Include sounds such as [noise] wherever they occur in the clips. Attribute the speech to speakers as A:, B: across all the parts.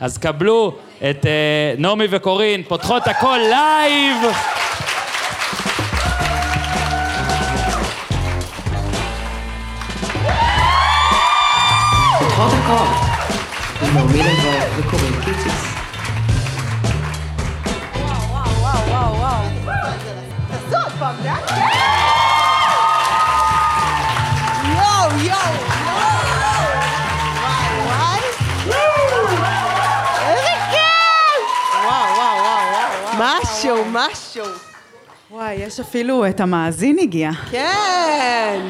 A: אז קבלו את אה, נעמי וקורין, פותחות הכל לייב!
B: פחות הכל. עם נעמי לבוא וקוראים קיציס.
C: משהו,
D: אה,
C: משהו.
D: וואי, יש אפילו את המאזין הגיע.
C: כן,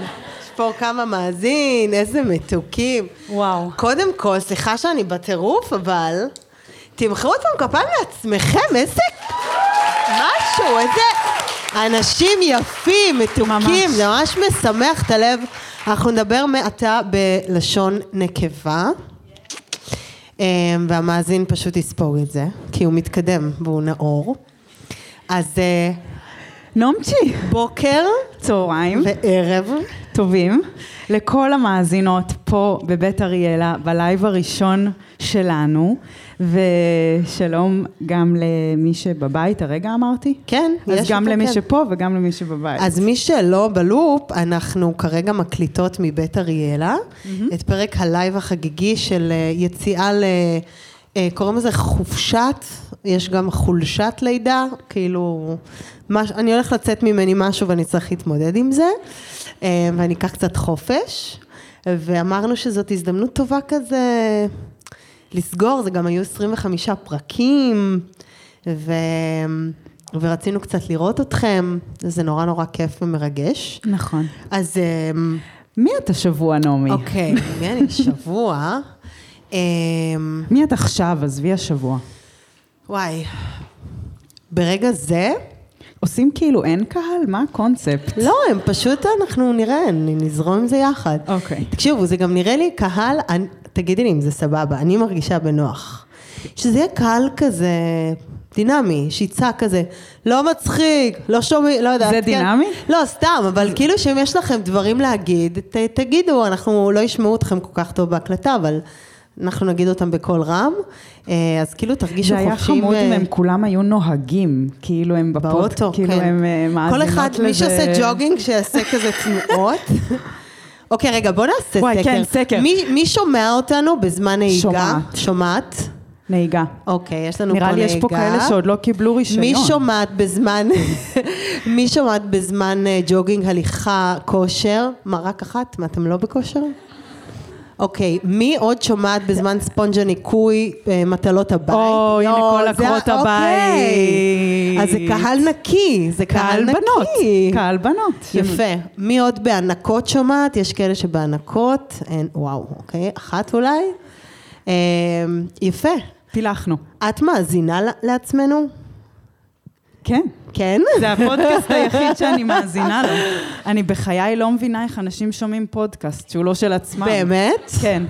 C: יש פה כמה מאזין, איזה מתוקים.
D: וואו.
C: קודם כל, סליחה שאני בטירוף, אבל תמחאו אותם כפיים לעצמכם, איזה משהו, איזה אנשים יפים, מתוקים,
D: ממש.
C: זה ממש משמח את הלב. אנחנו נדבר מעתה בלשון נקבה, אמ, והמאזין פשוט יספוג את זה, כי הוא מתקדם והוא נאור. אז אה,
D: נעמצ'י,
C: בוקר
D: צהריים
C: וערב.
D: טובים לכל המאזינות פה בבית אריאלה, בלייב הראשון שלנו, ושלום גם למי שבבית, הרגע אמרתי?
C: כן,
D: אז
C: יש
D: גם
C: אותו,
D: למי
C: כן.
D: שפה וגם למי שבבית.
C: אז מי שלא בלופ, אנחנו כרגע מקליטות מבית אריאלה, את פרק הלייב החגיגי של אה, יציאה ל... אה, קוראים לזה חופשת, יש גם חולשת לידה, כאילו, מש, אני הולכת לצאת ממני משהו ואני צריך להתמודד עם זה, אה, ואני אקח קצת חופש, ואמרנו שזאת הזדמנות טובה כזה לסגור, זה גם היו 25 פרקים, ו... ורצינו קצת לראות אתכם, זה נורא נורא כיף ומרגש.
D: נכון.
C: אז אמ,
D: מי את השבוע, נעמי?
C: אוקיי, מי אני שבוע? אמ,
D: מי את עכשיו? עזבי השבוע.
C: וואי, ברגע זה?
D: עושים כאילו אין קהל? מה הקונספט?
C: לא, הם פשוט, אנחנו נראה, נ- נזרום עם זה יחד.
D: אוקיי.
C: תקשיבו, זה גם נראה לי קהל, אני- תגידי לי אם זה סבבה, אני מרגישה בנוח. שזה יהיה קהל כזה דינמי, שיצעק כזה, לא מצחיק, לא שומעים, לא יודעת.
D: זה דינמי?
C: לא, סתם, אבל כאילו שאם יש לכם דברים להגיד, ת, תגידו, אנחנו לא ישמעו אתכם כל כך טוב בהקלטה, אבל אנחנו נגיד אותם בקול רם, אה, אז כאילו תרגישו
D: זה
C: חופשיים.
D: היה חמוד
C: אה,
D: אם הם כולם היו נוהגים, כאילו הם בפוד,
C: באוטו,
D: כאילו
C: כן.
D: הם אה, מאזינות
C: כל
D: לזה.
C: אחד, מי שעושה ג'וגינג, שיעשה כזה
D: [laughs]
C: תנועות. אוקיי, רגע, בוא נעשה סקר.
D: וואי, כן, סקר.
C: מי, מי שומע אותנו בזמן נהיגה?
D: שומעת.
C: שומעת?
D: נהיגה.
C: אוקיי, יש לנו פה
D: נראה
C: נהיגה.
D: לי יש פה כאלה שעוד לא קיבלו רישיון.
C: מי שומעת בזמן, [laughs] מי שומעת בזמן אה, ג'וגינג, הליכה, כושר? מה, רק אחת? מה, אתם לא בכושר? אוקיי, מי עוד שומעת בזמן ספונג' הניקוי, אה, מטלות הבית?
D: אוי, הנה
C: לא,
D: כל
C: זה-
D: עקרות
C: אוקיי.
D: הבית.
C: אז זה קהל נקי, זה קהל,
D: קהל
C: נקי.
D: בנות, קהל בנות.
C: יפה. מי עוד בהנקות שומעת? יש כאלה שבהנקות, אין, וואו, אוקיי, אחת אולי. אה, יפה.
D: פילחנו.
C: את מאזינה ל- לעצמנו?
D: כן.
C: כן?
D: זה הפודקאסט היחיד שאני מאזינה לו. אני בחיי לא מבינה איך אנשים שומעים פודקאסט שהוא לא של עצמם.
C: באמת?
D: כן.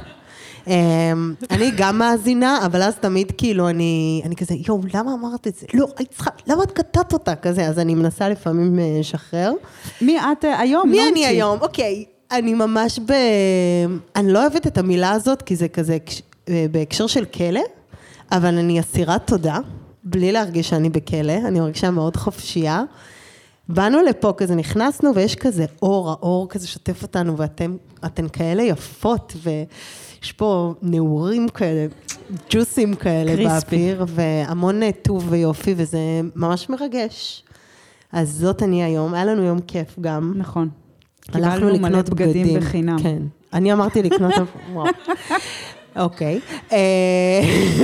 C: אמ, אני גם מאזינה, אבל אז תמיד כאילו אני, אני כזה, יואו, למה אמרת את זה? לא, היית צריכה, למה את קטעת אותה? כזה, אז אני מנסה לפעמים אה, לשחרר.
D: מי את אה, היום?
C: מי
D: נומצ'י?
C: אני היום? אוקיי, אני ממש ב... אני לא אוהבת את המילה הזאת, כי זה כזה כש- אה, בהקשר של כלא, אבל אני אסירת תודה, בלי להרגיש שאני בכלא, אני מרגישה מאוד חופשייה. באנו לפה, כזה נכנסנו, ויש כזה אור, האור כזה שוטף אותנו, ואתם אתן כאלה יפות, ויש פה נעורים כאלה, ג'וסים כאלה
D: קריספי.
C: באוויר, והמון אה, טוב ויופי, וזה ממש מרגש. אז זאת אני היום, היה לנו יום כיף גם.
D: נכון.
C: הלכנו
D: קיבלנו מלא
C: לקנות בגדים.
D: בגדים בחינם.
C: כן. אני אמרתי לקנות... וואו.
D: [laughs]
C: אוקיי. אה,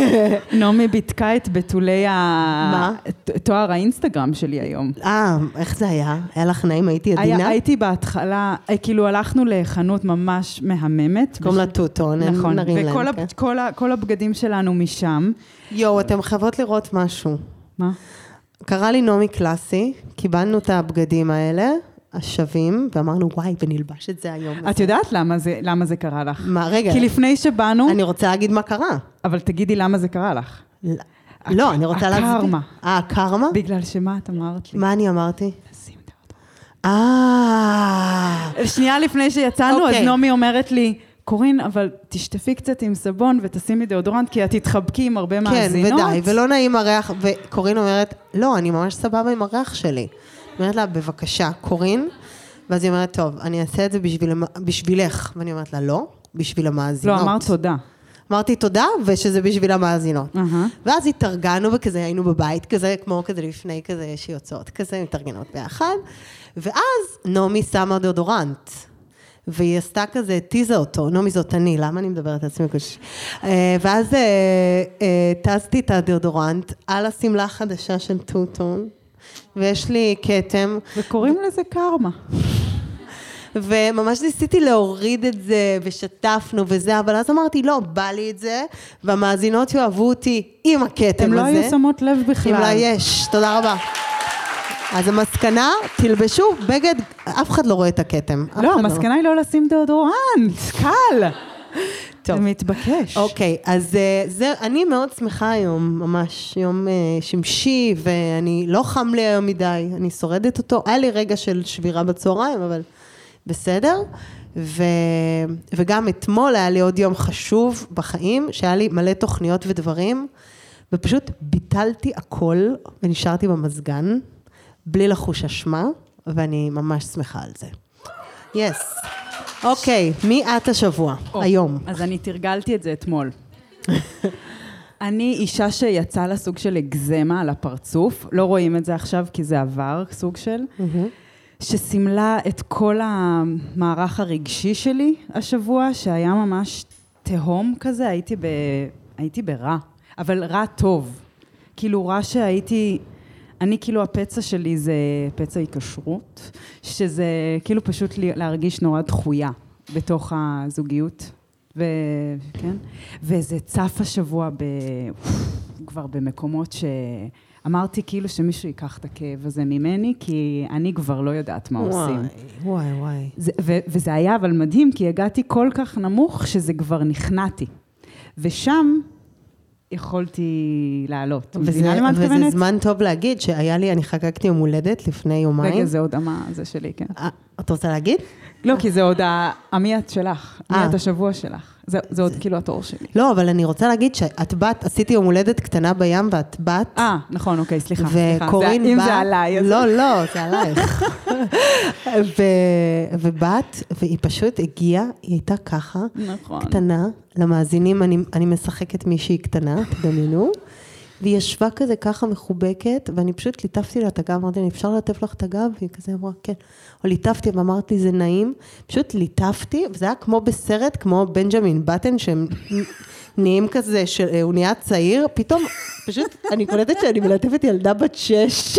C: [laughs]
D: נעמי ביטקה את בתולי
C: מה?
D: התואר האינסטגרם שלי היום.
C: אה, איך זה היה? היה לך נעים? הייתי עדינה?
D: היה, הייתי בהתחלה, אה, כאילו הלכנו לחנות ממש מהממת.
C: קוראים לה טוטו, נ-
D: נכון,
C: נרים להם.
D: וכל
C: כן.
D: הב, כל ה, כל הבגדים שלנו משם.
C: יואו, אתם חייבות לראות משהו.
D: מה?
C: קרא לי נעמי קלאסי, קיבלנו את הבגדים האלה, השווים, ואמרנו, וואי, ונלבש את זה היום.
D: את יודעת למה זה, למה זה קרה לך?
C: מה, רגע.
D: כי לפני שבאנו,
C: אני רוצה להגיד מה קרה.
D: אבל תגידי למה זה קרה לך.
C: לא, אני רוצה להסביר.
D: הקרמה.
C: אה, הקרמה?
D: בגלל שמה את אמרת לי?
C: מה אני אמרתי?
D: נשים את האוטו.
C: אה...
D: שנייה לפני שיצאנו, אז
C: אוקיי.
D: נעמי אומרת לי, קורין, אבל תשטפי קצת עם סבון ותשימי דאודורנט, כי את תתחבקי עם הרבה
C: כן,
D: מאזינות.
C: ודי, ולא נעים הריח, וקורין אומרת, לא, אני ממש סבבה עם הריח שלי. אני אומרת לה, בבקשה, קורין, ואז היא אומרת, טוב, אני אעשה את זה בשביל, המ- בשבילך, ואני אומרת לה, לא, בשביל
D: לא,
C: המאזינות.
D: אמרת תודה.
C: אמרתי תודה, ושזה בשביל המאזינות.
D: אהה.
C: ואז התארגנו וכזה היינו בבית, כזה כמו כזה לפני כזה שיוצאות כזה, מתארגנות ביחד. ואז נעמי שמה דאודורנט. והיא עשתה כזה, התיזה אותו, נעמי זאת אני, למה אני מדברת על עצמי קושי? ואז אה, אה, תזתי את הדאודורנט על השמלה החדשה של טוטון, ויש לי כתם,
D: וקוראים לזה קרמה.
C: וממש ניסיתי להוריד את זה, ושטפנו וזה, אבל אז אמרתי, לא, בא לי את זה, והמאזינות יאהבו אותי עם הכתם
D: הן
C: הזה.
D: לא היו שמות לב בכלל.
C: אם לא לה יש, תודה רבה. אז המסקנה, תלבשו בגד, אף אחד לא רואה את הכתם. אף
D: לא,
C: אחד
D: המסקנה היא לא לשים דאודורנט, קל.
C: טוב.
D: זה מתבקש.
C: אוקיי, אז אה, זה, אני מאוד שמחה היום, ממש, יום אה, שמשי, ואני, לא חם לי היום מדי, אני שורדת אותו. היה לי רגע של שבירה בצהריים, אבל בסדר. ו, וגם אתמול היה לי עוד יום חשוב בחיים, שהיה לי מלא תוכניות ודברים, ופשוט ביטלתי הכל ונשארתי במזגן, בלי לחוש אשמה, ואני ממש שמחה על זה. יס. אוקיי, מי את השבוע? היום.
D: אז אני תרגלתי את זה אתמול. [laughs] אני אישה שיצא לה סוג של אגזמה על הפרצוף, לא רואים את זה עכשיו כי זה עבר, סוג של, שסימלה את כל המערך הרגשי שלי השבוע, שהיה ממש תהום כזה, הייתי, ב... הייתי ברע, אבל רע טוב. כאילו רע שהייתי, אני כאילו הפצע שלי זה פצע היקשרות, שזה כאילו פשוט לי- להרגיש נורא דחויה בתוך הזוגיות, וכן, כן? וזה צף השבוע ב... כבר במקומות שאמרתי כאילו שמישהו ייקח את הכאב הזה ממני, כי אני כבר לא יודעת מה עושים.
C: וואי, וואי.
D: זה, ו, וזה היה אבל מדהים, כי הגעתי כל כך נמוך, שזה כבר נכנעתי. ושם יכולתי לעלות. מבינה למה את
C: וזה
D: מתכוונת?
C: זמן טוב להגיד שהיה לי, אני חגגתי יום הולדת לפני יומיים.
D: רגע, זה עוד המה, זה שלי, כן.
C: אה, את רוצה להגיד?
D: לא, כי זה עוד ה- המי את שלך,
C: אה.
D: מי את השבוע שלך. זה, זה עוד כאילו התור שלי.
C: לא, אבל אני רוצה להגיד שאת בת, עשיתי יום הולדת קטנה בים ואת בת.
D: אה, נכון, אוקיי, סליחה. סליחה.
C: וקורין
D: זה-
C: באה...
D: אם זה עליי, אז...
C: לא, לא, זה עלייך.
D: [laughs]
C: ו... ובת, והיא פשוט הגיעה, היא הייתה ככה,
D: נכון.
C: קטנה, למאזינים, אני, אני משחקת מישהי קטנה, תדמיינו, והיא ישבה כזה ככה מחובקת, ואני פשוט ליטפתי לה את הגב, אמרתי לה, אפשר לטף לך את הגב? והיא כזה אמרה, כן. או ליטפתי ואמרתי, זה נעים. פשוט ליטפתי, וזה היה כמו בסרט, כמו בנג'מין בטן, שהם [laughs] נהיים כזה, של- אה, הוא נהיה צעיר, פתאום, פשוט, אני קולטת שאני מלטפת ילדה בת שש,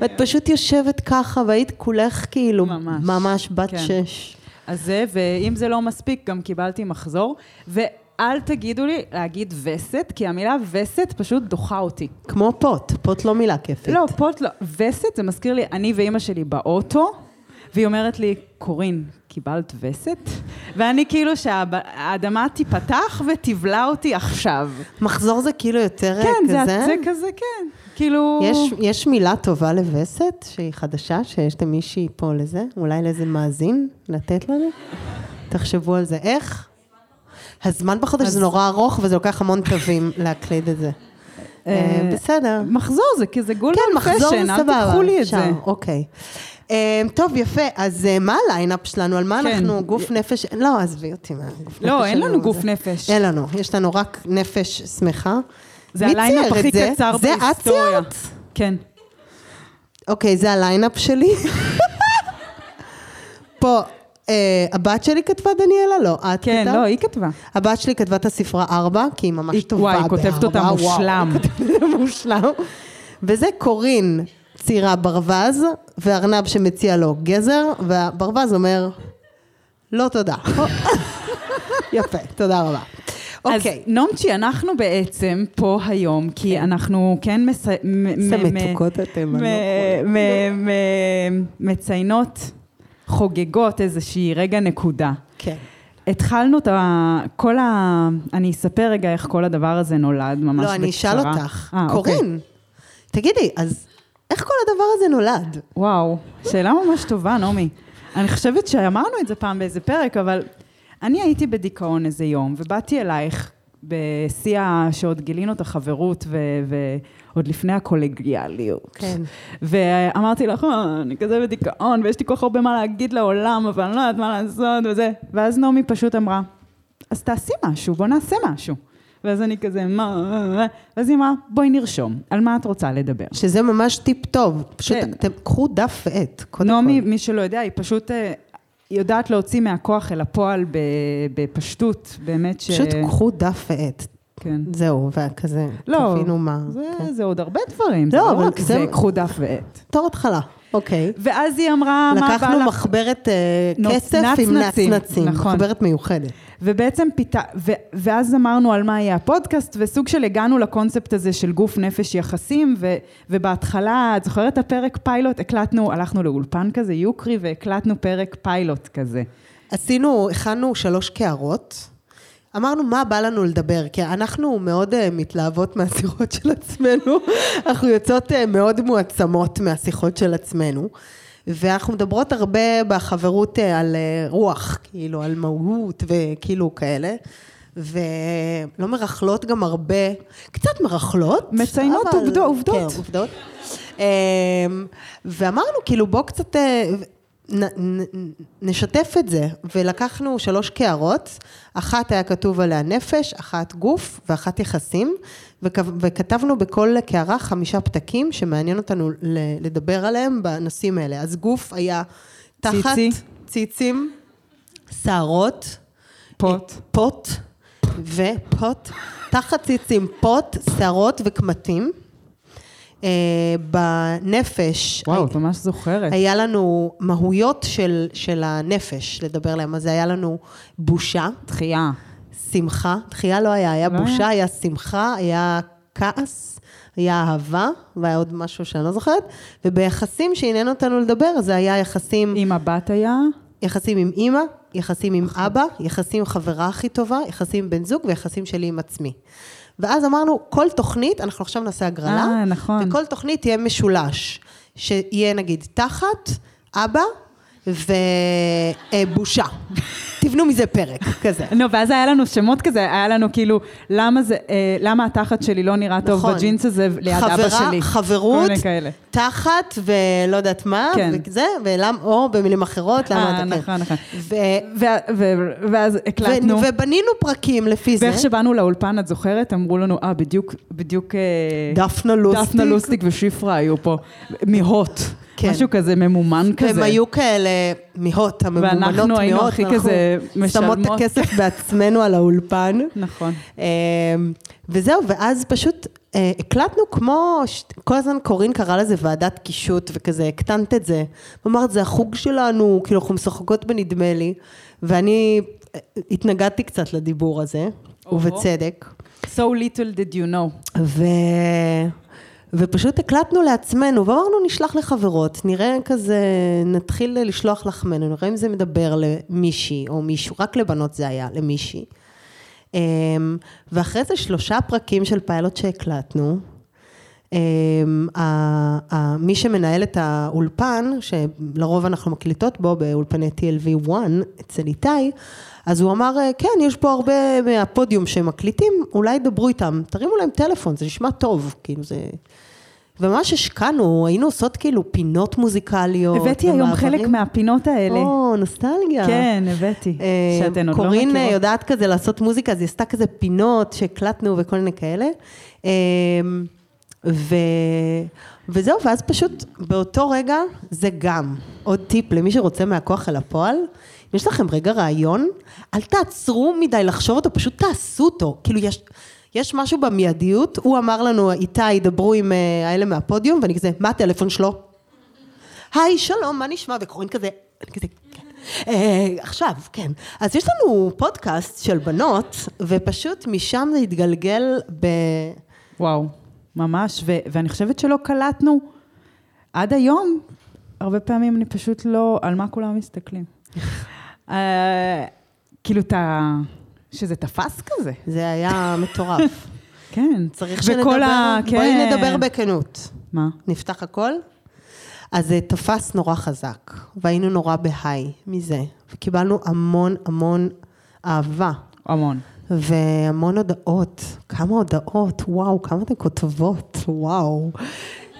C: ואת פשוט יושבת ככה, והיית כולך כאילו,
D: ממש.
C: ממש בת
D: כן.
C: שש.
D: אז זה, ואם זה לא מספיק, גם קיבלתי מחזור. ואל תגידו לי להגיד וסת, כי המילה וסת פשוט דוחה אותי.
C: כמו פוט, פוט לא מילה כיפית.
D: לא, פוט לא. וסת, זה מזכיר לי, אני ואימא שלי באוטו, והיא אומרת לי, קורין, קיבלת וסת? ואני כאילו שהאדמה תיפתח ותבלע אותי עכשיו.
C: מחזור זה כאילו יותר
D: כן,
C: כזה?
D: זה, זה כזה, כן. כאילו...
C: יש, יש מילה טובה לווסת שהיא חדשה, שיש למישהי פה לזה? אולי לאיזה מאזין לתת לנו? תחשבו על זה. איך? הזמן בחודש זה נורא ארוך וזה לוקח המון
D: [laughs]
C: תווים להקליד את זה. אה, בסדר.
D: מחזור זה, כי זה גולדמן
C: כן,
D: פשן,
C: מחזור זה
D: אל
C: סבבה.
D: תיקחו לי את
C: אפשר,
D: זה.
C: אוקיי. אה, טוב, יפה. אז אה, מה הליינאפ שלנו? על מה
D: כן.
C: אנחנו? גוף נפש? לא, עזבי אותי מה גוף נפש.
D: לא, אין
C: שלנו
D: לנו גוף
C: וזה.
D: נפש.
C: אין לנו. יש לנו רק נפש שמחה.
D: זה
C: מי
D: הליינאפ
C: צייר
D: הכי
C: את זה?
D: קצר בהיסטוריה.
C: זה את ציירת?
D: כן.
C: אוקיי, זה הליינאפ שלי. [laughs] פה, אה, הבת שלי כתבה דניאלה? לא, את
D: כן,
C: כתבת?
D: לא, היא כתבה.
C: הבת שלי כתבה את הספרה ארבע, כי היא ממש
D: היא-
C: טובה
D: וואי, היא כותבת
C: בארבע,
D: אותה
C: וואו,
D: מושלם.
C: היא כותבת אותה מושלם. וזה קורין צעירה ברווז, וארנב שמציע לו גזר, והברווז אומר, לא תודה. [laughs] יפה, תודה רבה. אוקיי.
D: אז נומצ'י, אנחנו בעצם פה היום, כי אנחנו כן מס... מ- מ-
C: איזה
D: מ-
C: מתוקות אתם,
D: מ-
C: אני לא
D: מ- מ- מציינות, חוגגות איזושהי רגע נקודה.
C: כן.
D: התחלנו את ה... כל ה... אני אספר רגע איך כל הדבר הזה נולד, ממש בקצרה.
C: לא, אני אשאל אותך.
D: אה, אוקיי.
C: קורין, תגידי, אז איך כל הדבר הזה נולד?
D: וואו, שאלה ממש טובה, נעמי. אני חושבת שאמרנו את זה פעם באיזה פרק, אבל אני הייתי בדיכאון איזה יום, ובאתי אלייך בשיא ה- שעוד גילינו את החברות ו- ועוד לפני הקולגיאליות.
C: כן.
D: ואמרתי לך, "אה, אני כזה בדיכאון, ויש לי כל כך הרבה מה להגיד לעולם, אבל אני לא יודעת מה לעשות וזה. ואז נעמי פשוט אמרה, אז תעשי משהו, בוא נעשה משהו. ואז אני כזה, מה, מה, מה?" ואז היא אמרה, בואי נרשום, על מה את רוצה לדבר?
C: שזה ממש טיפ טוב. פשוט,
D: כן.
C: אתם קחו דף ועט, קודם כל.
D: נעמי, מי שלא יודע, היא פשוט אה, יודעת להוציא מהכוח אל הפועל ב- בפשטות, באמת ש...
C: פשוט קחו דף ועט.
D: כן.
C: זהו, וכזה,
D: לא,
C: תבינו מה.
D: זה,
C: כן.
D: זה עוד הרבה דברים,
C: לא,
D: זה
C: אבל
D: לא רק
C: זה-
D: זה, קחו דף ועט.
C: בתור התחלה, אוקיי.
D: ואז היא אמרה, מה בא
C: לקחנו
D: לך?
C: מחברת אה,
D: נוצ-
C: כסף עם
D: נצנצים,
C: נצנצים,
D: נכון.
C: מחברת מיוחדת.
D: ובעצם פיתה, ו- ואז אמרנו על מה יהיה הפודקאסט, וסוג של הגענו לקונספט הזה של גוף נפש יחסים, ו- ובהתחלה, את זוכרת את הפרק פיילוט? הקלטנו, הלכנו לאולפן כזה, יוקרי, והקלטנו פרק פיילוט כזה.
C: עשינו, הכנו שלוש קערות. אמרנו, מה בא לנו לדבר? כי אנחנו מאוד אה, מתלהבות מהשיחות של עצמנו, [laughs] אנחנו יוצאות אה, מאוד מועצמות מהשיחות של עצמנו, ואנחנו מדברות הרבה בחברות אה, על אה, רוח, כאילו, על מהות וכאילו כאלה, ולא מרכלות גם הרבה, קצת מרכלות.
D: מציינות
C: אבל-
D: עובדו- עובדות.
C: כן, עובדות. אמ, ואמרנו, כאילו, בוא קצת אה, נ- נ- נשתף את זה. ולקחנו שלוש קערות, אחת היה כתוב עליה נפש, אחת גוף ואחת יחסים, וכ- וכתבנו בכל קערה חמישה פתקים שמעניין אותנו ל- לדבר עליהם בנושאים האלה. אז גוף היה תחת
D: ציצי.
C: ציצים, שערות, אה,
D: פוט.
C: פוט ופוט, תחת ציצים פוט, שערות וקמטים. אה, בנפש,
D: וואו,
C: הי-
D: את ממש זוכרת.
C: היה לנו מהויות של, של הנפש לדבר עליהם, אז היה לנו בושה,
D: תחייה.
C: שמחה, דחייה לא היה, היה
D: לא
C: בושה, היה שמחה, היה כעס, היה אהבה, והיה עוד משהו שאני לא זוכרת, וביחסים שעניין אותנו לדבר, זה היה יחסים
D: עם הבת היה,
C: יחסים עם אימא, יחסים עם אבא, יחסים עם חברה הכי טובה, יחסים עם בן זוג ויחסים שלי עם עצמי. ואז אמרנו, כל תוכנית, אנחנו עכשיו נעשה הגרלה,
D: אה, נכון.
C: וכל תוכנית תהיה משולש, שיהיה נגיד תחת, אבא ובושה. [laughs] תבנו מזה פרק,
D: [laughs]
C: כזה.
D: נו, לא, ואז היה לנו שמות כזה, היה לנו כאילו, למה זה, אה, למה התחת שלי לא נראה טוב
C: נכון.
D: בג'ינס הזה ליד אבא
C: חברה,
D: שלי?
C: חברות,
D: כל מיני כאלה.
C: תחת ולא יודעת מה,
D: כן.
C: וזה, ולמ, או במילים אחרות, למה
D: אה,
C: אתה כן.
D: נכון, נכון.
C: ו-
D: ו- ו- ואז הקלטנו.
C: ו- ובנינו פרקים לפי זה.
D: ואיך שבאנו לאולפן, את זוכרת? אמרו לנו, אה, בדיוק, בדיוק... אה,
C: דפנה לוסטיק.
D: דפנה לוסטיק ושיפרה היו פה, מהוט.
C: כן.
D: משהו כזה ממומן כזה.
C: והם היו כאלה מהות, הממומנות מהות.
D: ואנחנו היינו הכי
C: ואנחנו
D: כזה
C: שמות את
D: משלמות.
C: הכסף
D: [laughs]
C: בעצמנו על האולפן.
D: נכון.
C: אמ, וזהו, ואז פשוט אה, הקלטנו כמו, ש- כל הזמן קורין קרא לזה ועדת קישוט, וכזה הקטנת את זה. אמרת, זה החוג שלנו, כאילו אנחנו משחקות בנדמה לי, ואני אה, התנגדתי קצת לדיבור הזה,
D: אוהו.
C: ובצדק.
D: So little did you know.
C: ו... ופשוט הקלטנו לעצמנו, ואמרנו נשלח לחברות, נראה כזה, נתחיל לשלוח לחמנו, נראה אם זה מדבר למישהי או מישהו, רק לבנות זה היה, למישהי. אמ, ואחרי זה שלושה פרקים של פיילוט שהקלטנו, אמ, ה- ה- מי שמנהל את האולפן, שלרוב אנחנו מקליטות בו באולפני TLV 1 אצל איתי, אז הוא אמר, "אה, כן, יש פה הרבה מהפודיום שמקליטים, אולי דברו איתם, תרימו להם טלפון, זה נשמע טוב, כאילו זה... וממש השקענו, היינו עושות כאילו פינות מוזיקליות.
D: הבאתי היום
C: ומעברים.
D: חלק מהפינות האלה.
C: או, נוסטלגיה.
D: כן, הבאתי.
C: אה,
D: שאתן עוד לא
C: קורין אה,
D: מכירות.
C: יודעת כזה לעשות מוזיקה, אז היא עשתה כזה פינות שהקלטנו וכל מיני כאלה. אה, ו... וזהו, ואז פשוט באותו רגע זה גם עוד טיפ למי שרוצה מהכוח אל הפועל. אם יש לכם רגע רעיון, אל תעצרו מדי לחשוב אותו, פשוט תעשו אותו. כאילו יש, יש משהו במיידיות, הוא אמר לנו, איתי, דברו עם אה, האלה מהפודיום, ואני כזה, מה הטלפון שלו? היי, שלום, מה נשמע? וקורין כזה, אני כזה, כן. אה, עכשיו, כן. אז יש לנו פודקאסט של בנות, ופשוט משם זה התגלגל ב...
D: וואו, ממש, ו- ואני חושבת שלא קלטנו עד היום. הרבה פעמים אני פשוט לא, על מה כולם מסתכלים. אה, כאילו, ת... שזה תפס כזה.
C: זה היה
D: [laughs]
C: מטורף.
D: כן.
C: צריך
D: וכל
C: שנדבר,
D: ה-
C: בואי
D: כן.
C: נדבר בכנות.
D: מה?
C: נפתח הכל? אז זה תפס נורא חזק, והיינו נורא בהיי מזה, וקיבלנו המון המון אהבה.
D: המון.
C: והמון הודעות, כמה הודעות, וואו, כמה אתן כותבות, וואו.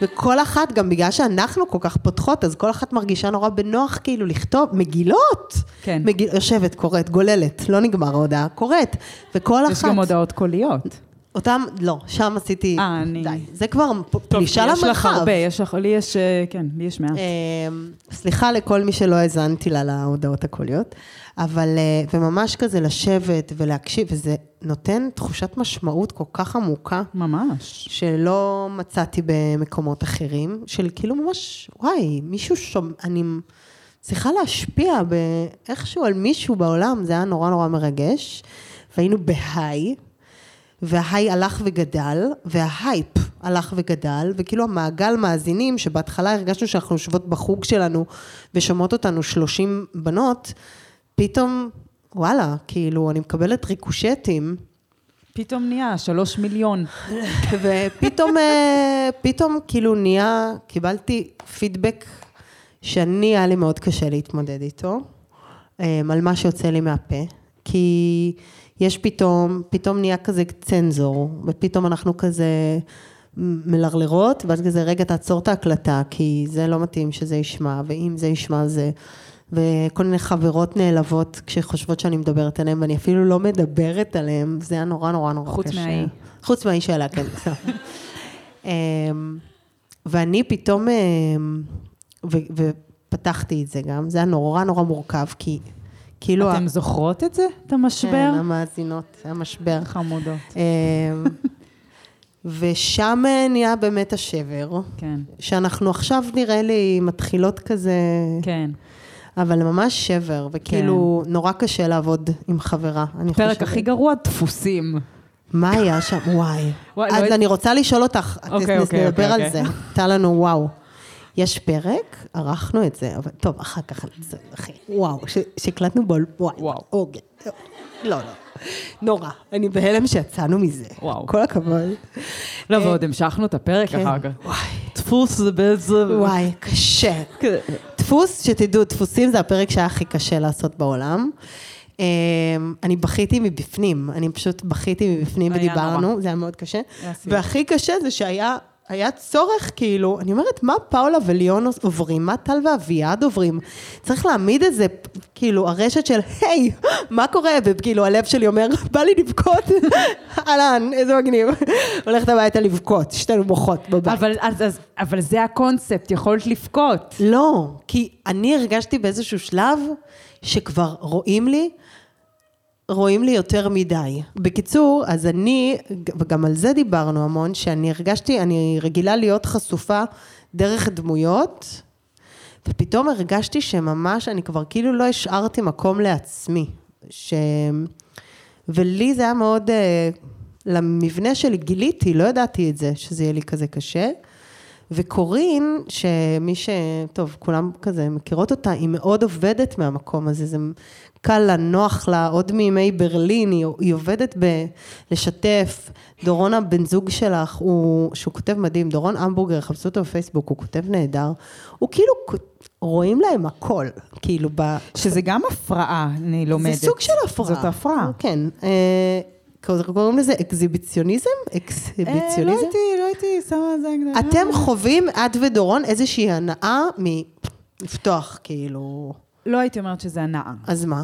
C: וכל אחת, גם בגלל שאנחנו כל כך פותחות, אז כל אחת מרגישה נורא בנוח כאילו לכתוב מגילות.
D: כן.
C: מגיל... יושבת, קוראת, גוללת, לא נגמר ההודעה, קוראת. וכל
D: יש
C: אחת...
D: גם הודעות קוליות.
C: אותם, לא, שם עשיתי...
D: אה, אני-
C: די. זה כבר פ-
D: טוב,
C: פלישה למרחב.
D: יש לך הרבה, יש לך, לי יש, אה, כן, לי יש מעט.
C: אמ, סליחה לכל מי שלא האזנתי לה להודעות הקוליות, אבל, אה, וממש כזה לשבת ולהקשיב, וזה נותן תחושת משמעות כל כך עמוקה,
D: ממש.
C: שלא מצאתי במקומות אחרים, של כאילו ממש, וואי, מישהו שומע, אני צריכה להשפיע ב- איכשהו על מישהו בעולם, זה היה נורא נורא מרגש, והיינו בהיי. וההיי הלך וגדל, וההייפ הלך וגדל, וכאילו המעגל מאזינים, שבהתחלה הרגשנו שאנחנו יושבות בחוג שלנו ושומעות אותנו 30 בנות, פתאום, וואלה, כאילו, אני מקבלת ריקושטים,
D: פתאום נהיה שלוש מיליון.
C: ופתאום, אה, פתאום כאילו נהיה, קיבלתי פידבק שאני, היה לי מאוד קשה להתמודד איתו, אה, על מה שיוצא לי מהפה, כי יש פתאום, פתאום נהיה כזה צנזור, ופתאום אנחנו כזה מלרלרות, ואז כזה, רגע, תעצור את ההקלטה, כי זה לא מתאים שזה ישמע, ואם זה ישמע זה... וכל מיני חברות נעלבות כשחושבות שאני מדברת עליהן, ואני אפילו לא מדברת עליהן, זה היה נורא נורא נורא
D: חוץ
C: קשה.
D: מהאי.
C: חוץ מהאיש שלה, כן. [laughs] סתם. אמ, ואני פתאום, אמ, ו- ופתחתי את זה גם, זה היה נורא נורא מורכב, כי כאילו...
D: אתם זוכרות את זה? את המשבר?
C: כן, המאזינות, המשבר.
D: חמודות.
C: אמ, ושם אה, נהיה באמת השבר,
D: כן.
C: שאנחנו עכשיו נראה לי מתחילות כזה,
D: כן.
C: אבל ממש שבר, וכאילו נורא קשה לעבוד עם חברה, אני חושבת.
D: פרק הכי גרוע, דפוסים.
C: מה היה שם? וואי.
D: וואי,
C: אז
D: לא-
C: אני רוצה לשאול אותך, את
D: אוקיי,
C: נס-
D: אוקיי,
C: נדבר
D: אוקיי,
C: על זה.
D: אוקיי.
C: הייתה לנו וואו. יש פרק, ערכנו את זה, אבל טוב, אחר כך, זה- אחי, וואו, ש- שהקלטנו בו, וואי,
D: וואו.
C: אוגן. לא, לא. נורא. אני בהלם שיצאנו מזה.
D: וואו.
C: כל הכבוד. כן.
D: לא, ועוד המשכנו את הפרק אחר כך.
C: וואי,
D: דפוס זה בעצם...
C: וואי, קשה.
D: כן.
C: דפוס, שתדעו, דפוסים זה הפרק שהיה הכי קשה לעשות בעולם. אמ, אני בכיתי מבפנים, אני פשוט בכיתי מבפנים
D: היה
C: ודיברנו,
D: נורא.
C: זה היה מאוד קשה.
D: היה סיוט.
C: והכי קשה זה שהיה היה צורך, כאילו, אני אומרת, מה פאולה וליון עוברים? מה טל ואביעד עוברים? צריך להעמיד את זה, כאילו, הרשת של, היי, מה קורה? וכאילו, הלב שלי אומר, בא לי לבכות, [laughs] אהלן, איזה מגניב. הולכת הביתה לבכות, שתינו בוכות בבית.
D: אבל, אז, אז, אבל זה הקונספט, יכולת לבכות.
C: לא, כי אני הרגשתי באיזשהו שלב שכבר רואים לי, רואים לי יותר מדי. בקיצור, אז אני, וגם על זה דיברנו המון, שאני הרגשתי, אני רגילה להיות חשופה דרך דמויות, ופתאום הרגשתי שממש, אני כבר כאילו לא השארתי מקום לעצמי. ש... ולי זה היה מאוד, אה, למבנה שלי גיליתי, לא ידעתי את זה, שזה יהיה לי כזה קשה. וקורין, שמי ש... טוב, כולם כזה מכירות אותה, היא מאוד עובדת מהמקום הזה, זה קל לה, נוח לה, עוד מימי ברלין, היא, היא עובדת בלשתף. דורון הבן זוג שלך, הוא, שהוא כותב מדהים, דורון המבורגר, חפשו אותו בפייסבוק, הוא כותב נהדר. הוא כאילו, כ- רואים להם הכל, כאילו, ב...
D: שזה גם הפרעה, אני לומדת.
C: זה סוג של הפרעה.
D: זאת הפרעה.
C: כן. אה, קורא- קוראים לזה אקזיביציוניזם?
D: אה, לא
C: אקזיביציוניזם?
D: הייתי, לא הייתי שמה את זה הגדרה.
C: אתם חווים, את ודורון, איזושהי הנאה מלפתוח, כאילו...
D: לא הייתי אומרת שזה הנאה.
C: אז מה?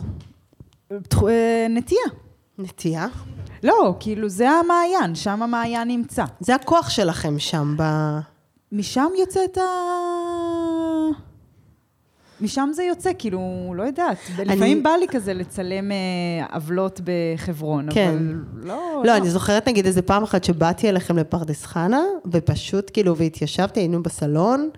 D: תח- אה, נטייה.
C: נטייה?
D: לא, כאילו זה המעיין, שם המעיין נמצא.
C: זה הכוח שלכם שם ב...
D: משם יוצאת ה... משם זה יוצא, כאילו, לא יודעת. לפעמים בא לי כזה לצלם אה, עוולות בחברון,
C: כן.
D: אבל לא...
C: לא, אני זוכרת נגיד איזה פעם אחת שבאתי אליכם לפרדס חנה, ופשוט כאילו, והתיישבתי, היינו בסלון,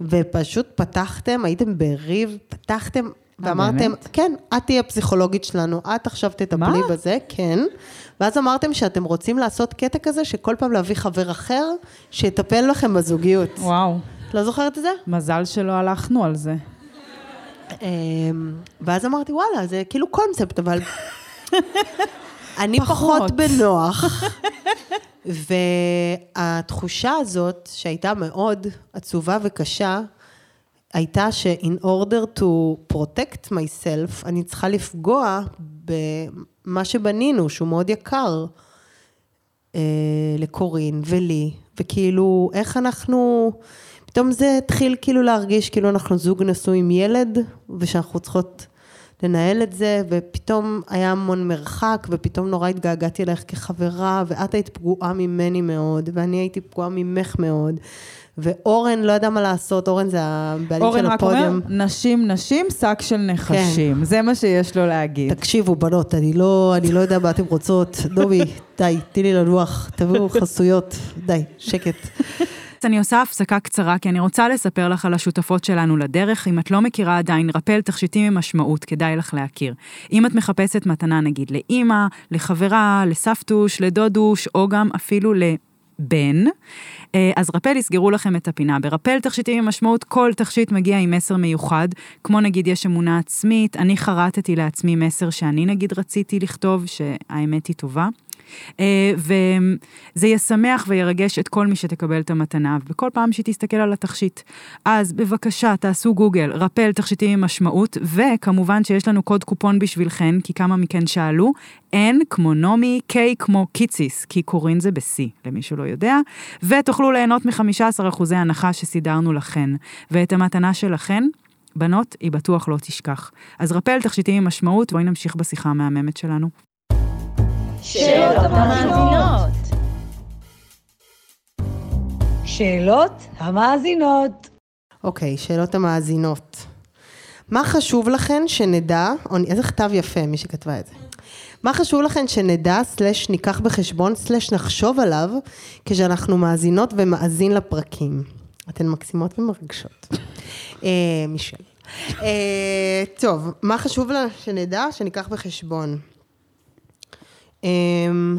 C: ופשוט פתחתם, הייתם בריב, פתחתם, ואמרתם,
D: אה, באמת?
C: כן, את תהיה הפסיכולוגית שלנו, את עכשיו תטפלי
D: מה?
C: בזה, כן. ואז אמרתם שאתם רוצים לעשות קטע כזה, שכל פעם להביא חבר אחר, שיטפל לכם בזוגיות.
D: וואו,
C: לא זוכרת את זה?
D: מזל שלא הלכנו על זה.
C: אמ, ואז אמרתי, וואלה, זה כאילו קונספט, אבל... אני
D: פחות.
C: פחות בנוח. והתחושה הזאת, שהייתה מאוד עצובה וקשה, הייתה ש-in order to protect myself, אני צריכה לפגוע במה שבנינו, שהוא מאוד יקר אה, לקורין ולי, וכאילו, איך אנחנו... פתאום זה התחיל כאילו להרגיש כאילו אנחנו זוג נשוי עם ילד, ושאנחנו צריכות לנהל את זה, ופתאום היה המון מרחק, ופתאום נורא התגעגעתי אלייך כחברה, ואת היית פגועה ממני מאוד, ואני הייתי פגועה ממך מאוד. ואורן לא ידע מה לעשות, אורן זה הבעלים
D: אורן
C: של
D: רק
C: הפודיום.
D: אומר, נשים, נשים, שק של נחשים. זה מה שיש לו להגיד.
C: תקשיבו, בנות, אני לא, אני לא יודע מה אתם רוצות. דובי, די, תני לי לנוח, תביאו חסויות, די, שקט.
E: אז אני עושה הפסקה קצרה, כי אני רוצה לספר לך על השותפות שלנו לדרך. אם את לא מכירה עדיין, רפל תכשיטים עם משמעות, כדאי לך להכיר. אם את מחפשת מתנה, נגיד, לאימא, לחברה, לסבתוש, לדודוש, או גם אפילו ל... בן, אה, אז רפל יסגרו לכם את הפינה. ברפל תכשיטים עם משמעות, כל תכשיט מגיע עם מסר מיוחד, כמו נגיד יש אמונה עצמית, אני חרטתי לעצמי מסר שאני נגיד רציתי לכתוב, שהאמת היא טובה. אה, וזה ישמח וירגש את כל מי שתקבל את המתנה, ובכל פעם שהיא תסתכל על התכשיט. אז בבקשה, תעשו גוגל, רפל תכשיטים עם משמעות, וכמובן שיש לנו קוד קופון בשבילכן, כי כמה מכן שאלו, N כמו נעמי, K כמו קיציס, כי קורין זה ב-C, למי שלא יודע, ותוכלו ליהנות מ-15% הנחה שסידרנו לכן, ואת המתנה שלכן. בנות, היא בטוח לא תשכח. אז רפל תכשיטים עם משמעות, בואי נמשיך בשיחה המהממת שלנו.
F: שאלות המאזינות. שאלות המאזינות.
C: אוקיי, שאלות המאזינות. מה חשוב לכן שנדע, או- איזה כתב יפה מי שכתבה את זה. מה חשוב לכן שנדע, סלש ניקח בחשבון, סלש נחשוב עליו, כשאנחנו מאזינות ומאזין לפרקים. אתן מקסימות ומרגשות. אה, מישל. אה, טוב, מה חשוב לה שנדע, שניקח בחשבון? אמ,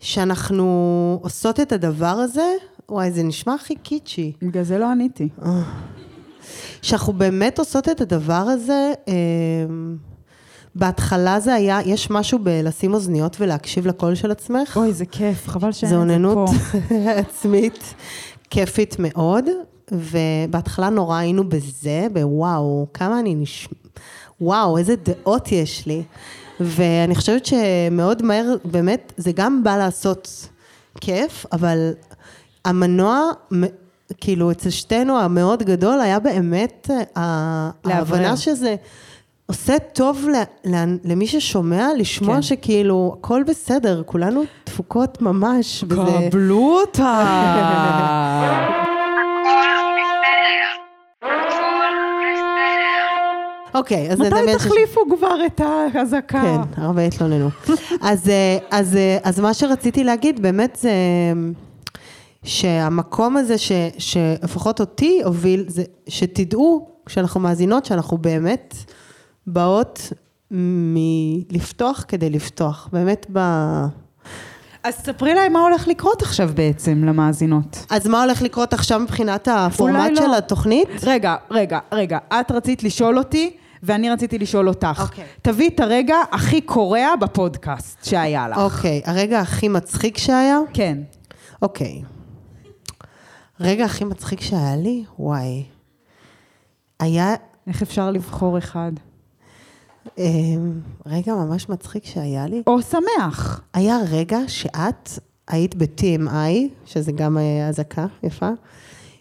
C: שאנחנו עושות את הדבר הזה, וואי, זה נשמע הכי קיצ'י.
D: בגלל זה לא עניתי.
C: שאנחנו באמת עושות את הדבר הזה, אה, בהתחלה זה היה, יש משהו בלשים אוזניות ולהקשיב לקול של עצמך.
D: אוי, זה כיף, חבל
C: זו
D: שאין את זה פה. [laughs]
C: אוננות [laughs] עצמית כיפית מאוד, ובהתחלה נורא היינו בזה, בוואו, כמה אני נש... וואו, איזה דעות יש לי. ואני חושבת שמאוד מהר, באמת, זה גם בא לעשות כיף, אבל המנוע, מ- כאילו, אצל שתינו המאוד גדול, היה באמת ה-
D: לאוורר.
C: ההבנה שזה... עושה טוב ל- ל- למי ששומע, לשמוע
D: כן.
C: שכאילו הכל בסדר, כולנו דפוקות ממש, וזה
D: קבלו [laughs] אותה.
C: אוקיי, אז נדמיין...
D: מתי
C: ש-
D: תחליפו כבר את החזקה?
C: כן, הרבה
D: [laughs]
C: התלוננו. אז, אה, אז, אה, אז מה שרציתי להגיד באמת זה שהמקום הזה ש, שלפחות אותי הוביל, זה שתדעו כשאנחנו מאזינות שאנחנו באמת באות מלפתוח כדי לפתוח, באמת ב...
D: אז ספרי להם מה הולך לקרות עכשיו בעצם למאזינות.
C: אז מה הולך לקרות עכשיו מבחינת הפורמט
D: אולי לא.
C: של התוכנית?
D: רגע, רגע, רגע, את רצית לשאול אותי, ואני רציתי לשאול אותך.
C: אוקיי.
D: תביאי את הרגע הכי קורע בפודקאסט שהיה לך.
C: אוקיי, הרגע הכי מצחיק שהיה?
D: כן.
C: אוקיי. רגע הכי מצחיק שהיה לי? וואי. היה
D: איך אפשר לבחור אחד?
C: אמ, רגע ממש מצחיק שהיה לי.
D: או שמח.
C: היה רגע שאת היית ב-TMI, שזה גם אה, אזעקה יפה,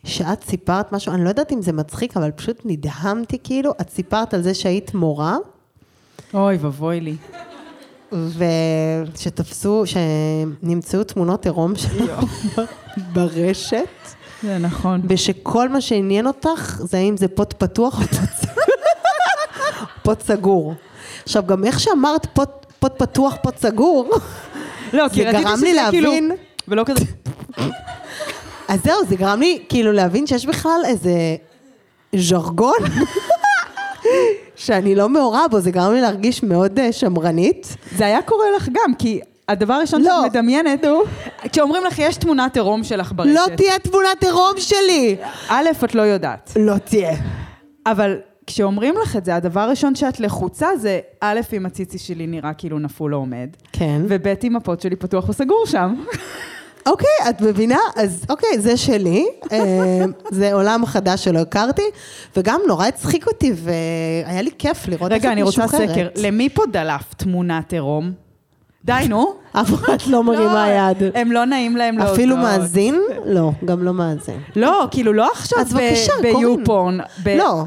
C: שאת סיפרת משהו, אני לא יודעת אם זה מצחיק, אבל פשוט נדהמתי כאילו, את סיפרת על זה שהיית מורה,
D: אוי ואבוי לי.
C: ושתפסו, שנמצאו תמונות עירום שלך [laughs] ברשת,
D: זה נכון.
C: ושכל מה שעניין אותך זה האם זה פוט פתוח או פוט [laughs] סגור. פוט סגור. עכשיו, גם איך שאמרת פוט, פוט פתוח, פוט סגור,
D: לא,
C: זה גרם לי להבין-
D: כאילו- ולא כזה...
C: אז זהו, זה גרם לי כאילו להבין שיש בכלל איזה ז'רגון [laughs] שאני לא מעורה בו, זה גרם לי להרגיש מאוד אה, שמרנית.
D: זה היה קורה לך גם, כי הדבר הראשון
C: לא.
D: שאת מדמיינת, כשאומרים לך, יש תמונת עירום שלך ברשת.
C: לא תהיה תמונת עירום שלי!
D: א', את לא יודעת.
C: לא תהיה.
D: אבל כשאומרים לך את זה, הדבר הראשון שאת לחוצה זה, א', אם הציצי שלי נראה כאילו נפול או עומד,
C: כן.
D: וב', אם הפוט שלי פתוח או סגור שם.
C: אוקיי, את מבינה? אז אוקיי, זה שלי. אה, זה עולם חדש שלא הכרתי, וגם נורא הצחיק אותי, והיה לי כיף לראות איך
D: רגע,
C: את
D: אני רוצה
C: משוחררת.
D: סקר. למי פה דלף תמונת עירום? די, נו.
C: אף אחד לא [laughs] מרימה יד.
D: הם לא כן. נעים להם להודות.
C: אפילו מאזין? לא, גם לא מאזין.
D: לא, כאילו, לא עכשיו
C: אז בבקשה,
D: ב-
C: קורין.
D: ביופורן. ב-
C: לא,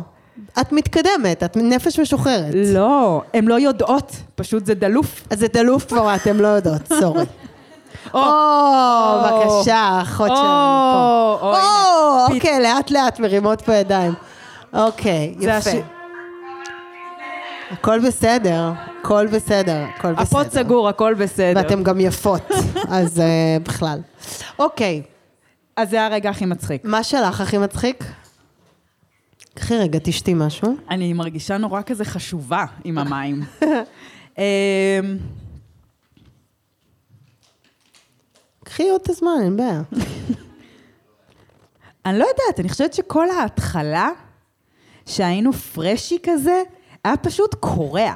C: את מתקדמת, את נפש משוחררת.
D: לא, הן לא יודעות, פשוט זה דלוף.
C: אז זה דלוף כבר, אתם לא יודעות, סורי.
D: [laughs] או,
C: או, בבקשה, אחות שלנו פה.
D: או, הנה.
C: או, אוקיי, לאט לאט מרימות פה ידיים. אוקיי,
D: זה
C: יפה.
D: הש-
C: הכל בסדר, הכל בסדר, הכל בסדר.
D: הפוד סגור, הכל בסדר.
C: ואתם גם יפות, [laughs] אז אה, בכלל. אוקיי,
D: אז זה הרגע הכי מצחיק.
C: מה שלך הכי מצחיק? קחי רגע, תשתי משהו.
D: אני מרגישה נורא כזה חשובה
C: [laughs]
D: עם המים. אמ,
C: קחי עוד את הזמן, אין בעיה.
D: אני לא יודעת, אני חושבת שכל ההתחלה, שהיינו פרשי כזה, היה פשוט קורע.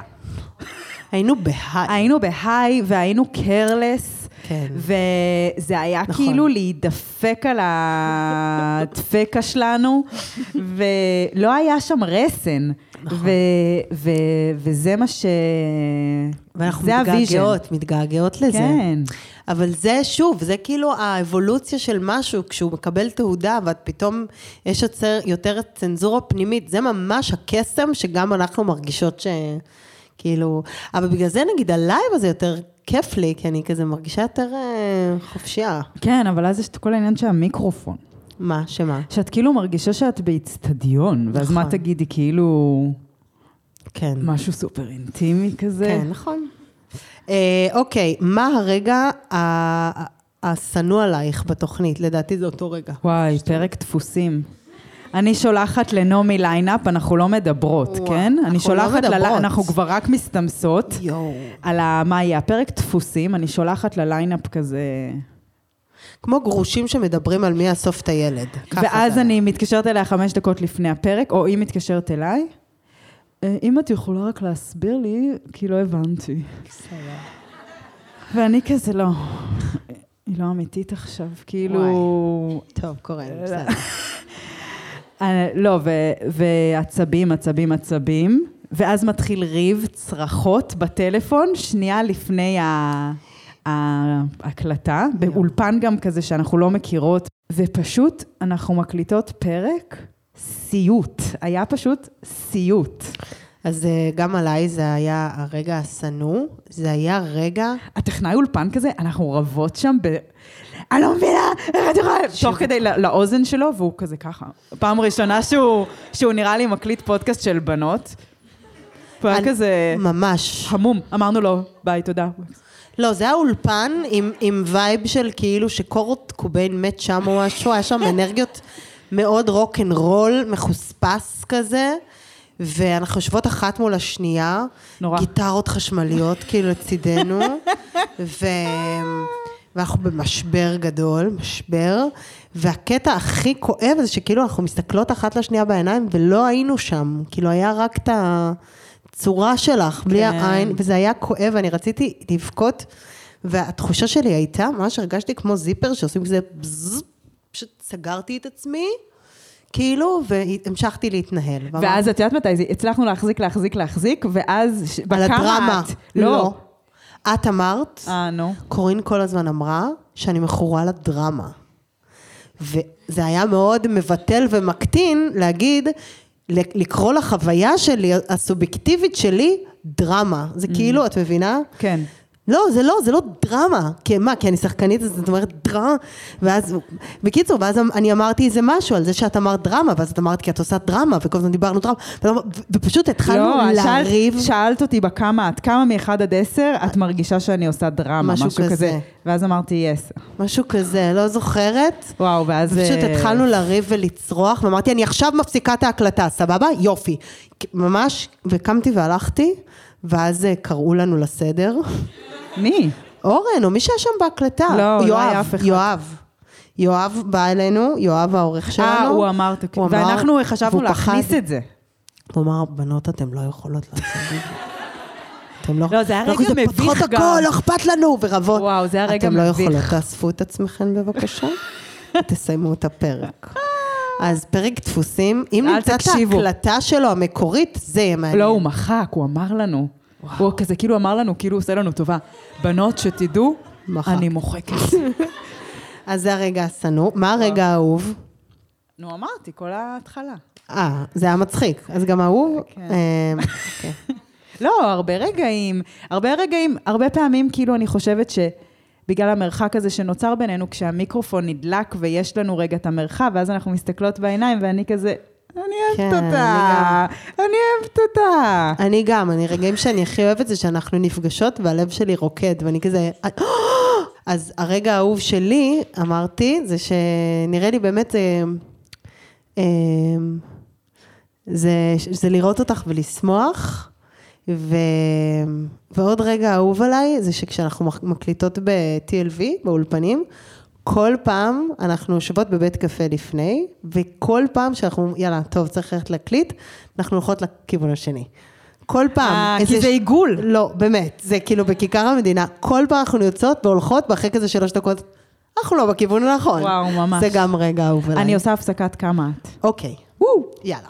C: היינו בהיי.
D: [laughs] היינו בהיי והיינו קרלס.
C: כן.
D: וזה היה
C: נכון.
D: נכון. כאילו להידפק על הדפקה שלנו, ולא היה שם רסן. נכון. ו- ו- וזה מה ש...
C: ואנחנו
D: זה הוויז'ן.
C: מתגעגעות, מתגעגעות לזה.
D: כן.
C: אבל זה, שוב, זה כאילו האבולוציה של משהו, כשהוא מקבל תעודה ואת פתאום, יש יוצר, יותר צנזורה פנימית, זה ממש הקסם שגם אנחנו מרגישות ש... כאילו... אבל בגלל זה נגיד הלייב הזה יותר כיף לי, כי אני כזה מרגישה יותר אה, חופשייה.
D: כן, אבל אז יש את כל העניין של המיקרופון.
C: מה, שמה?
D: שאת כאילו מרגישה שאת באיצטדיון, ואז
C: נכון.
D: מה תגידי, כאילו
C: כן.
D: משהו סופר אינטימי כזה?
C: כן, נכון. אה, אוקיי, מה הרגע ה- השנוא עלייך בתוכנית? לדעתי זה אותו רגע.
D: וואי, פרק דפוסים. אני שולחת לנעמי ליינאפ, אנחנו לא מדברות,
C: וואו,
D: כן?
C: אנחנו
D: אני שולחת
C: לא
D: ל...
C: מדברות.
D: אנחנו כבר רק מסתמסות
C: יואו.
D: על ה- מה יהיה הפרק דפוסים, אני שולחת לליינאפ כזה...
C: כמו גרושים שמדברים על מי יאסוף את הילד. ככה
D: ואז
C: זה.
D: אני מתקשרת אליה חמש דקות לפני הפרק, או היא מתקשרת אליי. "אה, אם את יכולה רק להסביר לי, כי לא הבנתי. ואני כזה לא, היא לא אמיתית עכשיו, כאילו...
C: טוב, קורן, בסדר.
D: אה, לא, ו- ועצבים, עצבים, עצבים, ואז מתחיל ריב, צרחות בטלפון, שנייה לפני ה- ההקלטה, באולפן גם כזה שאנחנו לא מכירות, ופשוט אנחנו מקליטות פרק סיוט, היה פשוט סיוט.
C: אז אה, גם עליי זה היה הרגע השנוא, זה היה רגע...
D: הטכנאי אולפן כזה, אנחנו רבות שם ב... אני לא מבינה, איך את יכולה... תוך כדי לא- לאוזן שלו, והוא כזה ככה. פעם ראשונה שהוא, שהוא נראה לי מקליט פודקאסט של בנות. הוא היה
C: אני-
D: כזה
C: ממש.
D: המום. אמרנו לו, ביי, תודה.
C: לא, זה היה אולפן עם- עם וייב של כאילו שקורט קוביין מת שם או משהו, היה
D: [laughs]
C: שם אנרגיות מאוד רוקנרול, מחוספס כזה, ואנחנו יושבות אחת מול השנייה.
D: נורא.
C: גיטרות חשמליות כאילו לצידנו,
D: [laughs]
C: ו... ואנחנו במשבר גדול, משבר, והקטע הכי כואב זה שכאילו אנחנו מסתכלות אחת לשנייה בעיניים ולא היינו שם, כאילו היה רק את הצורה שלך, בלי
D: כן.
C: העין, וזה היה כואב, אני רציתי לבכות, והתחושה שלי הייתה, ממש הרגשתי כמו זיפר שעושים כזה בזז, פשוט סגרתי את עצמי, כאילו, והמשכתי להתנהל.
D: ואז את יודעת מתי זה, הצלחנו להחזיק, להחזיק, להחזיק, ואז... ש-
C: על
D: בכמה
C: הדרמה.
D: את? לא.
C: את אמרת,
D: אה, נו.
C: קורין כל הזמן אמרה שאני מכורה לדרמה. וזה היה מאוד מבטל ומקטין להגיד, ל- לקרוא לחוויה שלי, הסובייקטיבית שלי, דרמה. זה כאילו, את מבינה?
D: כן.
C: לא, זה לא, זה לא דרמה. כי מה, כי אני שחקנית, אז את אומרת דרמה, ואז, בקיצור, ואז אני אמרתי איזה משהו על זה שאת אמרת דרמה, ואז את אמרת כי את עושה דרמה, וכל הזמן דיברנו דרמה, ואמר- ו- ופשוט התחלנו
D: לא, שאלת-
C: לריב.
D: שאלת אותי בכמה את, כמה מאחד עד עשר את מרגישה שאני עושה דרמה,
C: משהו
D: משהו
C: כזה.
D: כזה. ואז אמרתי, יס.
C: משהו כזה, לא זוכרת.
D: וואו, ואז...
C: אז פשוט
D: אה,
C: התחלנו לריב ולצרוח, ואמרתי, אני עכשיו מפסיקה את ההקלטה, סבבה? יופי. ממש, וקמתי והלכתי, ואז אה, קראו לנו לסדר. [laughs]
D: מי?
C: אורן, או מי שהיה שם בהקלטה.
D: לא, לא
C: יואב,
D: היה אף אחד.
C: יואב. יואב בא אלינו, יואב העורך שלנו.
D: אה, הוא אמר,
C: לא.
D: תקשיב.
C: הוא אמר-
D: ואנחנו חשבנו
C: והוא פחד.
D: להכניס את זה.
C: הוא אמר, בנות, אתם לא יכולות לעשות את זה. אתם לא...
D: לא, זה היה
C: אנחנו
D: רגע
C: כזה,
D: מביך
C: פותחות
D: גם.
C: הכל, לא אכפת לנו, ורבות.
D: וואו, זה היה רגע
C: אתם לא
D: מביך.
C: יכולות, תאספו את עצמכם
D: [laughs]
C: בבקשה, תסיימו את הפרק. אז פרק דפוסים, אם
D: אל
C: נמצא את
D: תקשיבו.
C: ההקלטה שלו המקורית, זה יהיה מעניין.
D: לא, הוא מחק, הוא אמר לנו. הוא כזה כאילו אמר לנו, כאילו הוא עושה לנו טובה. בנות, שתדעו,
C: מחק. [laughs]
D: אני מוחקת.
C: אז זה הרגע השנוא. מה הרגע
D: לא.
C: האהוב?
D: נו, אמרתי, כל ההתחלה.
C: אה, זה היה מצחיק. אז גם אהוב?
D: כן.
C: אה,
D: [laughs]
C: אוקיי.
D: לא, הרבה רגעים. הרבה רגעים, הרבה פעמים כאילו אני חושבת שבגלל המרחק הזה שנוצר בינינו, כשהמיקרופון נדלק ויש לנו רגע את המרחב, ואז אנחנו מסתכלות בעיניים ואני כזה, אני אוהבת
C: כן,
D: אותה, אני אוהבת אותה.
C: אני גם, אני רגעים שאני הכי אוהבת זה שאנחנו נפגשות והלב שלי רוקד, ואני כזה... [gasps] אז הרגע האהוב שלי, אמרתי, זה שנראה לי באמת אה, זה... אמ, זה, זה לראות אותך ולשמוח, ו, ועוד רגע אהוב עליי, זה שכשאנחנו מח- מקליטות ב-TLV, באולפנים, כל פעם אנחנו יושבות בבית קפה לפני, וכל פעם שאנחנו, יאללה, טוב, צריך ללכת להקליט, אנחנו הולכות לכיוון השני. כל פעם.
D: אה, כי
C: איזה
D: זה
C: ש-
D: עיגול.
C: לא, באמת, זה כאילו בכיכר המדינה. כל פעם אנחנו יוצאות והולכות, ואחרי כזה שלוש דקות, אנחנו לא בכיוון הנכון.
D: וואו, ממש.
C: זה גם רגע אהוב עליי.
D: אני עושה הפסקת כמה את.
C: אוקיי. יאללה.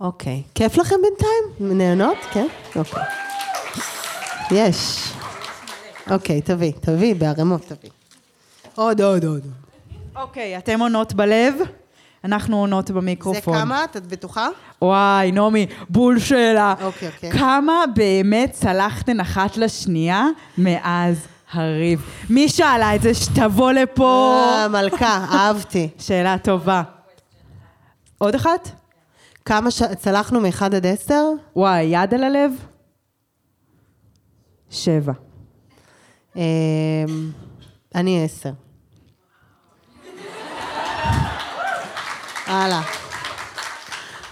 C: אוקיי. כיף לכם בינתיים? נהנות? כן? אוקיי. יש. אוקיי, תביא, תביא, בערימות תביא. עוד, עוד, עוד.
D: אוקיי, אתם עונות בלב, אנחנו עונות
C: זה
D: במיקרופון.
C: כמה? את בטוחה?
D: וואי, נעמי, בול שאלה.
C: אוקיי, אוקיי.
D: כמה באמת צלחתן אחת לשנייה מאז הריב? מי שאלה את זה? שתבוא לפה.
C: אה, מלכה, אהבתי.
D: שאלה טובה. עוד אחת?
C: כמה ש... צלחנו מ-1 עד 10?
D: וואי, יד על הלב? שבע.
C: אמ, אני 10. הלאה.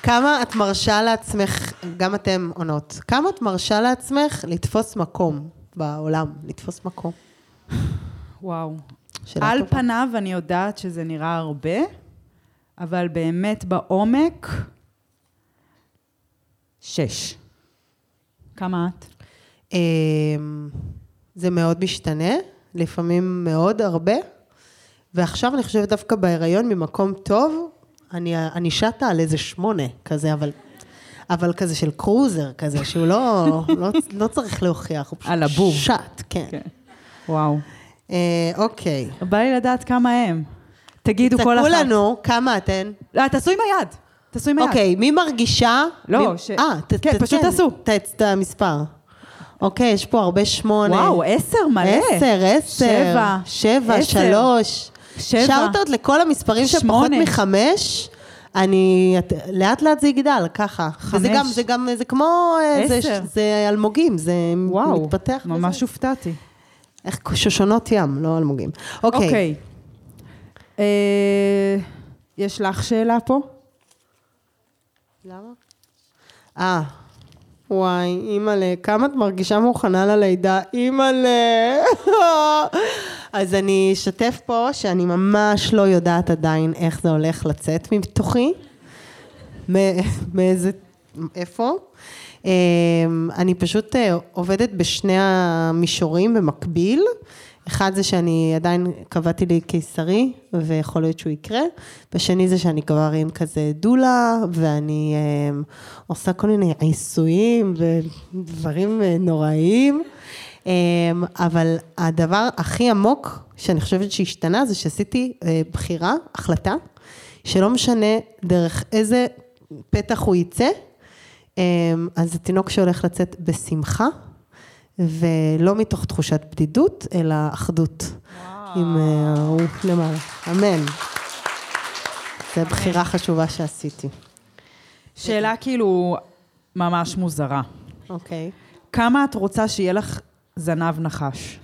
C: כמה את מרשה לעצמך, גם אתם עונות, כמה את מרשה לעצמך לתפוס מקום בעולם, לתפוס מקום?
D: וואו.
C: שאלה
D: על
C: טובה.
D: פניו אני יודעת שזה נראה הרבה, אבל באמת בעומק, שש. כמה את?
C: אמ, זה מאוד משתנה, לפעמים מאוד הרבה, ועכשיו אני חושבת דווקא בהיריון ממקום טוב, אני, אני שטה על איזה שמונה כזה, אבל, אבל כזה של קרוזר כזה, שהוא לא, [laughs] לא, לא צריך להוכיח, הוא פשוט
D: על הבור.
C: שט, כן.
D: כן. וואו.
C: אה, אוקיי.
D: בא לי לדעת כמה הם. תגידו כל אחת.
C: תקעו לנו כמה אתן.
D: אה, תעשו עם היד. תעשו עם היד.
C: אוקיי, מי מרגישה?
D: לא,
C: מי-
D: ש-
C: אה, ת-
D: כן,
C: ת-
D: פשוט
C: תן
D: תעשו.
C: את- את המספר. אוקיי, יש פה הרבה שמונה.
D: וואו, עשר מלא.
C: עשר, עשר.
D: שבע.
C: שבע,
D: עשר.
C: שלוש.
D: שבע.
C: שאוטות לכל המספרים שפחות
D: שמונה.
C: מחמש. אני, את- לאט לאט זה יגדל, ככה. וזה גם, זה גם, זה כמו, אה, זה-
D: עשר.
C: זה אלמוגים, זה
D: וואו.
C: מתפתח. וזה-
D: ממש הופתעתי.
C: איך, שושנות ים, לא אלמוגים. אוקיי.
D: אוקיי. אה, יש לך שאלה פה?
C: למה? אה. וואי, אימא'לה, כמה את מרגישה מוכנה ללידה? אימא'לה. [laughs] אז אני אשתף פה שאני ממש לא יודעת עדיין איך זה הולך לצאת מתוכי. מ- מאיזה, איפה? אמ, אני פשוט אה, עובדת בשני המישורים במקביל. אחד זה שאני עדיין קבעתי לי קיסרי, ויכול להיות שהוא יקרה. ושני זה שאני כבר עם כזה דולה, ואני אמ, עושה כל מיני עיסויים ודברים אה, נוראיים. אמ, אבל הדבר הכי עמוק שאני חושבת שהשתנה זה שעשיתי אה, בחירה, החלטה, שלא משנה דרך איזה פתח הוא יצא, אמ, אז התינוק שהולך לצאת בשמחה, ולא מתוך תחושת בדידות, אלא אחדות. עם אה, ההוא למעלה. אמן. זו בחירה חשובה שעשיתי.
D: שאלה כאילו ממש מוזרה.
C: אוקיי.
D: כמה את רוצה שיהיה לך זנב נחש?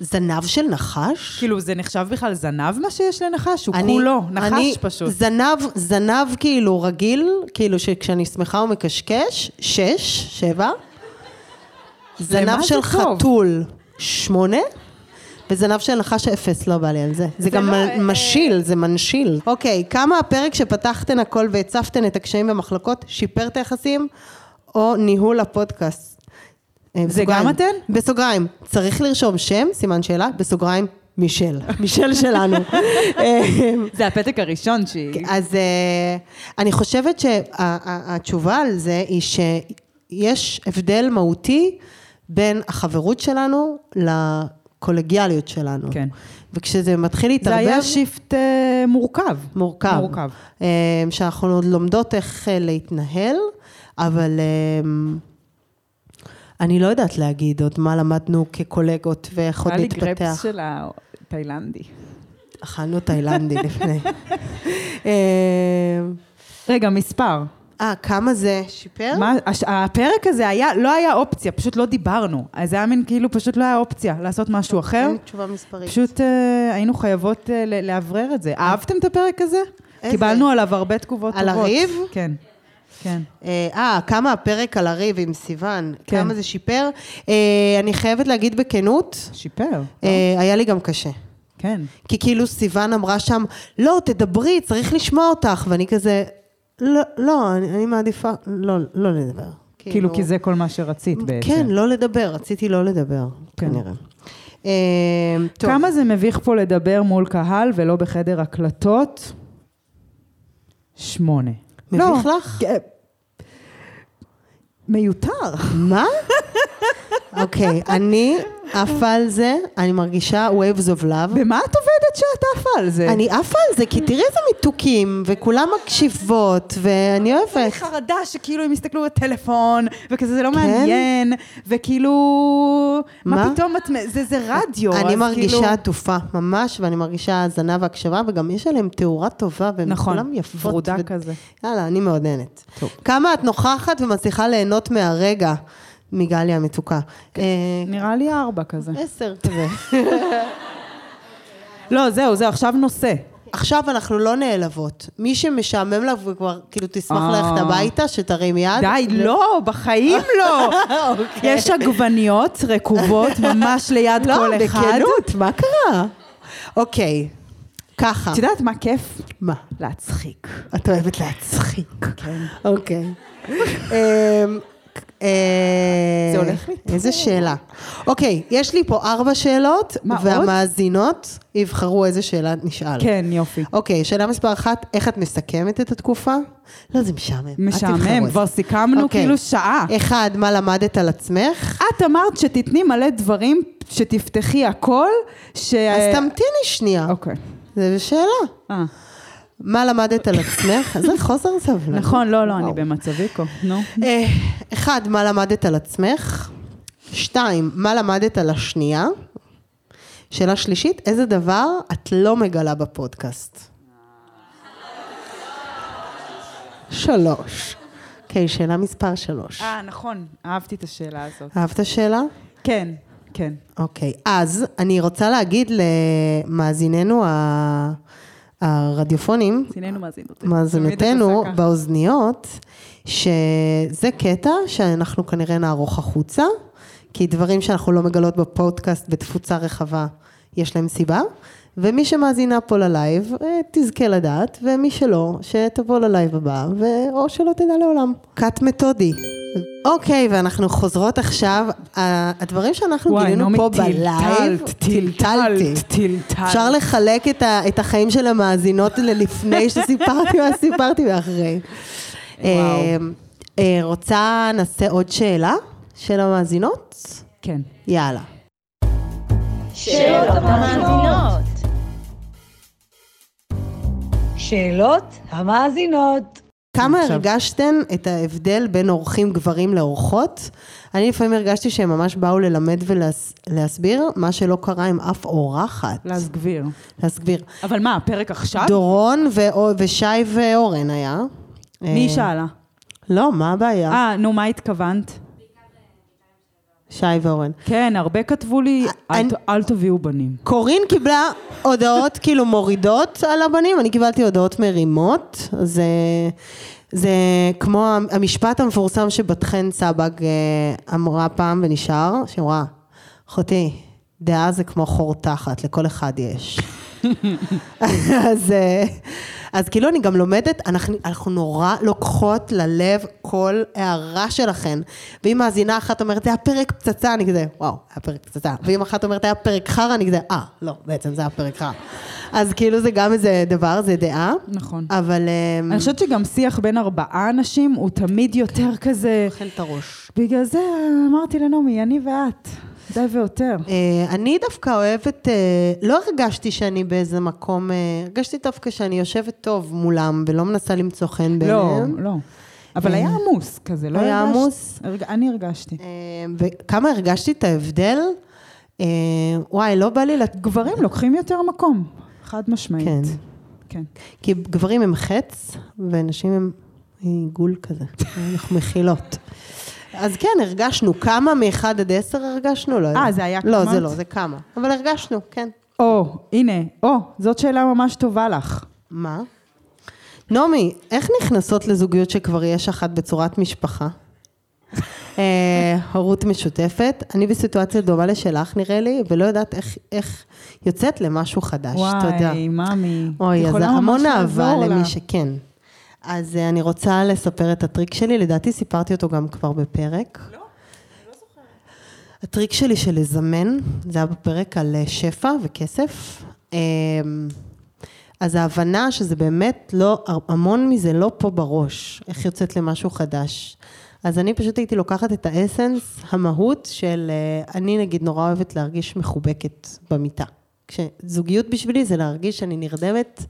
C: זנב של נחש?
D: כאילו, זה נחשב בכלל זנב מה שיש לנחש? הוא כולו,
C: אני-
D: נחש פשוט.
C: זנב, זנב כאילו רגיל, כאילו שכשאני שמחה הוא מקשקש, שש, שבע. זנב
D: זה
C: של
D: טוב?
C: חתול, שמונה. וזנב של נחש אפס, לא בא לי על זה. זה גם
D: לא,
C: מ-
D: אה,
C: משיל, זה מנשיל. אוקיי, כמה הפרק שפתחתן הכל והצפתן את הקשיים במחלקות, שיפר את היחסים, או ניהול הפודקאסט. אה,
D: זה
C: בסוגריים-
D: גם אתן?
C: בסוגריים, צריך לרשום שם, סימן שאלה, בסוגריים, מישל. מישל
D: [laughs]
C: שלנו. אה,
D: זה הפתק הראשון שהיא...
C: אז אה, אני חושבת שהתשובה על זה היא שיש הבדל מהותי בין החברות שלנו לקולגיאליות שלנו.
D: כן.
C: וכשזה מתחיל
D: זה
C: להתערבב...
D: היה שיפט אה, מורכב.
C: מורכב.
D: מורכב.
C: אה, שאנחנו עוד לומדות איך אה, להתנהל, אבל אה, אני לא יודעת להגיד עוד מה למדנו כקולגות ואיך עוד
D: היה לי
C: נתפתח.
D: גרפס של התאילנדי.
C: אכלנו תאילנדי
D: [laughs]
C: לפני. אה,
D: רגע, מספר.
C: אה, כמה זה שיפר?
D: מה, הש- הפרק הזה היה, לא היה אופציה, פשוט לא דיברנו. אז זה היה מין כאילו פשוט לא היה אופציה לעשות משהו אחר.
C: אין תשובה מספרית.
D: פשוט אה, היינו חייבות אה, ל- לאוורר את זה. אהבתם את הפרק הזה?
C: איזה?
D: קיבלנו עליו הרבה תגובות
C: על
D: טובות.
C: הריב?
D: כן. כן.
C: אה, אה, כמה הפרק על הריב עם סיוון,
D: כן.
C: כמה זה שיפר. אה, אני חייבת להגיד בכנות,
D: שיפר.
C: אה, היה לי גם קשה.
D: כן.
C: כי כאילו סיוון אמרה שם, לא, תדברי, צריך לשמוע אותך, ואני כזה, לא, לא, אני, אני מעדיפה לא, לא לדבר.
D: כאילו, כי זה כל מה שרצית בעצם.
C: כן, לא לדבר, רציתי לא לדבר,
D: כן.
C: כנראה. אה, טוב,
D: כמה זה מביך פה לדבר מול קהל ולא בחדר הקלטות? שמונה.
C: מביך
D: לא,
C: לך?
D: אה, מיותר.
C: מה? [laughs] אוקיי, אני עפה על זה, אני מרגישה waves of love.
D: במה את עובדת שאת עפה על זה?
C: אני עפה על זה, כי
D: כן.
C: תראי איזה מתוקים, וכולם מקשיבות, ואני
D: אני
C: אוהבת.
D: חרדה שכאילו הם יסתכלו בטלפון, וכזה זה לא
C: כן?
D: מעניין, וכאילו... מה
C: מה?
D: פתאום את... מ- זה- זה רדיו, אז
C: אני
D: כאילו...
C: מרגישה עטופה, ממש, ואני מרגישה האזנה והקשבה, וגם יש עליהם תאורה טובה, והן
D: נכון,
C: כולם יפות.
D: ורודה
C: ו-
D: כזה.
C: יאללה, אני מאוד נהנית. כמה את נוכחת ומצליחה ליהנות מהרגע, מגלי המתוקה.
D: כן.
C: אה,
D: נראה לי ארבע כזה.
C: עשר
D: [laughs]
C: כזה.
D: לא, זהו, זהו, עכשיו נושא.
C: עכשיו אנחנו לא נעלבות. מי שמשעמם לה וכבר, כאילו, תשמח
D: אה.
C: ללכת הביתה, שתרים יד. [laughs]
D: די, לא, בחיים לא. יש עגבניות
C: [laughs]
D: רקובות ממש ליד כל
C: אוקיי. לא,
D: אחד.
C: בכנות, מה קרה? אוקיי, ככה.
D: את יודעת מה כיף?
C: מה?
D: להצחיק.
C: את אוהבת להצחיק. כן. אוקיי.
D: [laughs]
C: אמ, אה,
D: זה הולך לי
C: איזה שאלה. אוקיי, יש לי פה ארבע שאלות,
D: מה, עוד?
C: והמאזינות יבחרו איזה שאלה נשאל.
D: כן, יופי.
C: אוקיי, שאלה מספר אחת, איך את מסכמת את התקופה? לא, זה משעמם. אל
D: משעמם,
C: תבחרו את
D: כבר
C: זה.
D: סיכמנו
C: אוקיי.
D: כאילו שעה.
C: אחד, מה למדת על עצמך?
D: את אמרת שתתני מלא דברים, שתפתחי הכל, ש...
C: אז תמתיני שנייה.
D: אה, אוקיי.
C: זו שאלה.
D: אה,
C: מה למדת על עצמך? זה חוסר סבלנות.
D: נכון, לא, לא, אני
C: וואו.
D: במצביקו. נו.
C: אה, אחד, מה למדת על עצמך? שתיים, מה למדת על השנייה? שאלה שלישית, איזה דבר את לא מגלה בפודקאסט? שלוש. אוקיי, שאלה מספר שלוש.
D: אה, נכון, אהבתי את השאלה הזאת.
C: אהבת שאלה?
D: כן, כן.
C: אוקיי, אז אני רוצה להגיד למאזיננו ה- הרדיופונים,
D: מאזיננו מאזינות.
C: מאזינותינו באוזניות, שזה קטע שאנחנו כנראה נערוך החוצה, כי דברים שאנחנו לא מגלות בפודקאסט בתפוצה רחבה, יש להם סיבה. ומי שמאזינה פה ללייב, אה, תזכה לדעת, ומי שלא, שתבוא ללייב הבא, ו... או שלא תדע לעולם. קאט מתודי. אוקיי, ואנחנו חוזרות עכשיו. ה- הדברים שאנחנו
D: וואי,
C: גילינו
D: נעמי,
C: כאילו פה בלייב,
D: טילטלת, טילטלת, טילטלת.
C: אפשר לחלק את, ה, את החיים של המאזינות
D: [laughs]
C: ללפני שסיפרתי מה סיפרתי ואחרי. אה, אה, רוצה, נעשה עוד שאלה של המאזינות?
D: כן.
C: יאללה.
F: שאלות המאזינות. שאלות המאזינות.
C: כמה הרגשתן את ההבדל בין אורחים גברים לאורחות? אני לפעמים הרגשתי שהם ממש באו ללמד ולהסביר מה שלא קרה עם אף אורחת.
D: לאז גביר.
C: להסביר.
D: אבל מה, הפרק עכשיו?
C: דורון ואו- ושי ואורן היה.
D: מי
C: אה,
D: שאלה?
C: לא, מה הבעיה?
D: אה, נו, מה התכוונת?
C: שי ואורן.
D: כן, הרבה כתבו לי,
C: אה,
D: "אל ת- אל תביאו בנים.
C: קורין קיבלה הודעות כאילו מורידות על הבנים, אני קיבלתי הודעות מרימות, זה, זה כמו המשפט המפורסם שבת חן סבג אה, אמרה פעם ונשאר, שאמרה, אחותי, [laughs] דעה זה כמו חור תחת, לכל אחד יש. אז, אה, אז כאילו אני גם לומדת, אנחנו, אנחנו נורא לוקחות ללב כל הערה שלכן. ואם מאזינה אחת אומרת, זה היה פרק פצצה, אני כזה, וואו, היה פרק פצצה. ואם אחת אומרת, היה פרק חרא, אני כזה, אה, לא, בעצם זה היה פרק חרא. אז כאילו זה גם איזה דבר, זה דעה.
E: נכון.
C: אבל... אמ,
D: אני חושבת שגם שיח בין ארבעה אנשים הוא תמיד יותר כזה...
C: אוכל את הראש.
D: בגלל זה אמרתי לנעמי, אני ואת, די ויותר.
C: אה, אני דווקא אוהבת, אה, לא הרגשתי שאני באיזה מקום, אה, הרגשתי דווקא שאני יושבת טוב מולם ולא מנסה למצוא חן
D: לא,
C: ביניהם. אה,
D: לא. אבל היה עמוס כזה, לא
C: היה
D: הרגשת-
C: עמוס?
D: הרג- אני הרגשתי.
C: אה, וכמה הרגשתי את ההבדל? אה, וואי, לא בא לי לת...
D: גברים לוקחים יותר מקום, חד משמעית.
C: כן.
D: כן.
C: כי גברים הם חץ, ונשים הם עיגול כזה. [laughs] אנחנו מכילות. אז כן, הרגשנו. כמה מ-1 עד 10 הרגשנו? לא יודעת.
D: אה, זה היה
C: לא,
D: כמה?
C: זה לא, זה כמה. אבל הרגשנו, כן.
D: או, הנה, או, זאת שאלה ממש טובה לך.
C: מה? נעמי, איך נכנסות לזוגיות שכבר יש אחת בצורת משפחה? אה, הורות משותפת. אני בסיטואציה דומה לשלך, נראה לי, ולא יודעת איך, איך יוצאת למשהו חדש. תודה.
D: וואי, מאמי.
C: אוי, אז
D: יכולה
C: המון
D: ממש
C: אהבה
D: לעזור לה.
C: למי שכן. אז אה, אני רוצה לספר את הטריק שלי, לדעתי סיפרתי אותו גם כבר בפרק. לא, אני לא זוכרת. הטריק שלי של לזמן, זה היה בפרק על אה, שפע וכסף. אה, אז ההבנה שזה באמת לא, המון מזה לא פה בראש, איך יוצאת למשהו חדש. אז אני פשוט הייתי לוקחת את האסנס, המהות של, אה, אני נגיד נורא אוהבת להרגיש מחובקת במיטה. כשזוגיות בשבילי זה להרגיש שאני נרדמת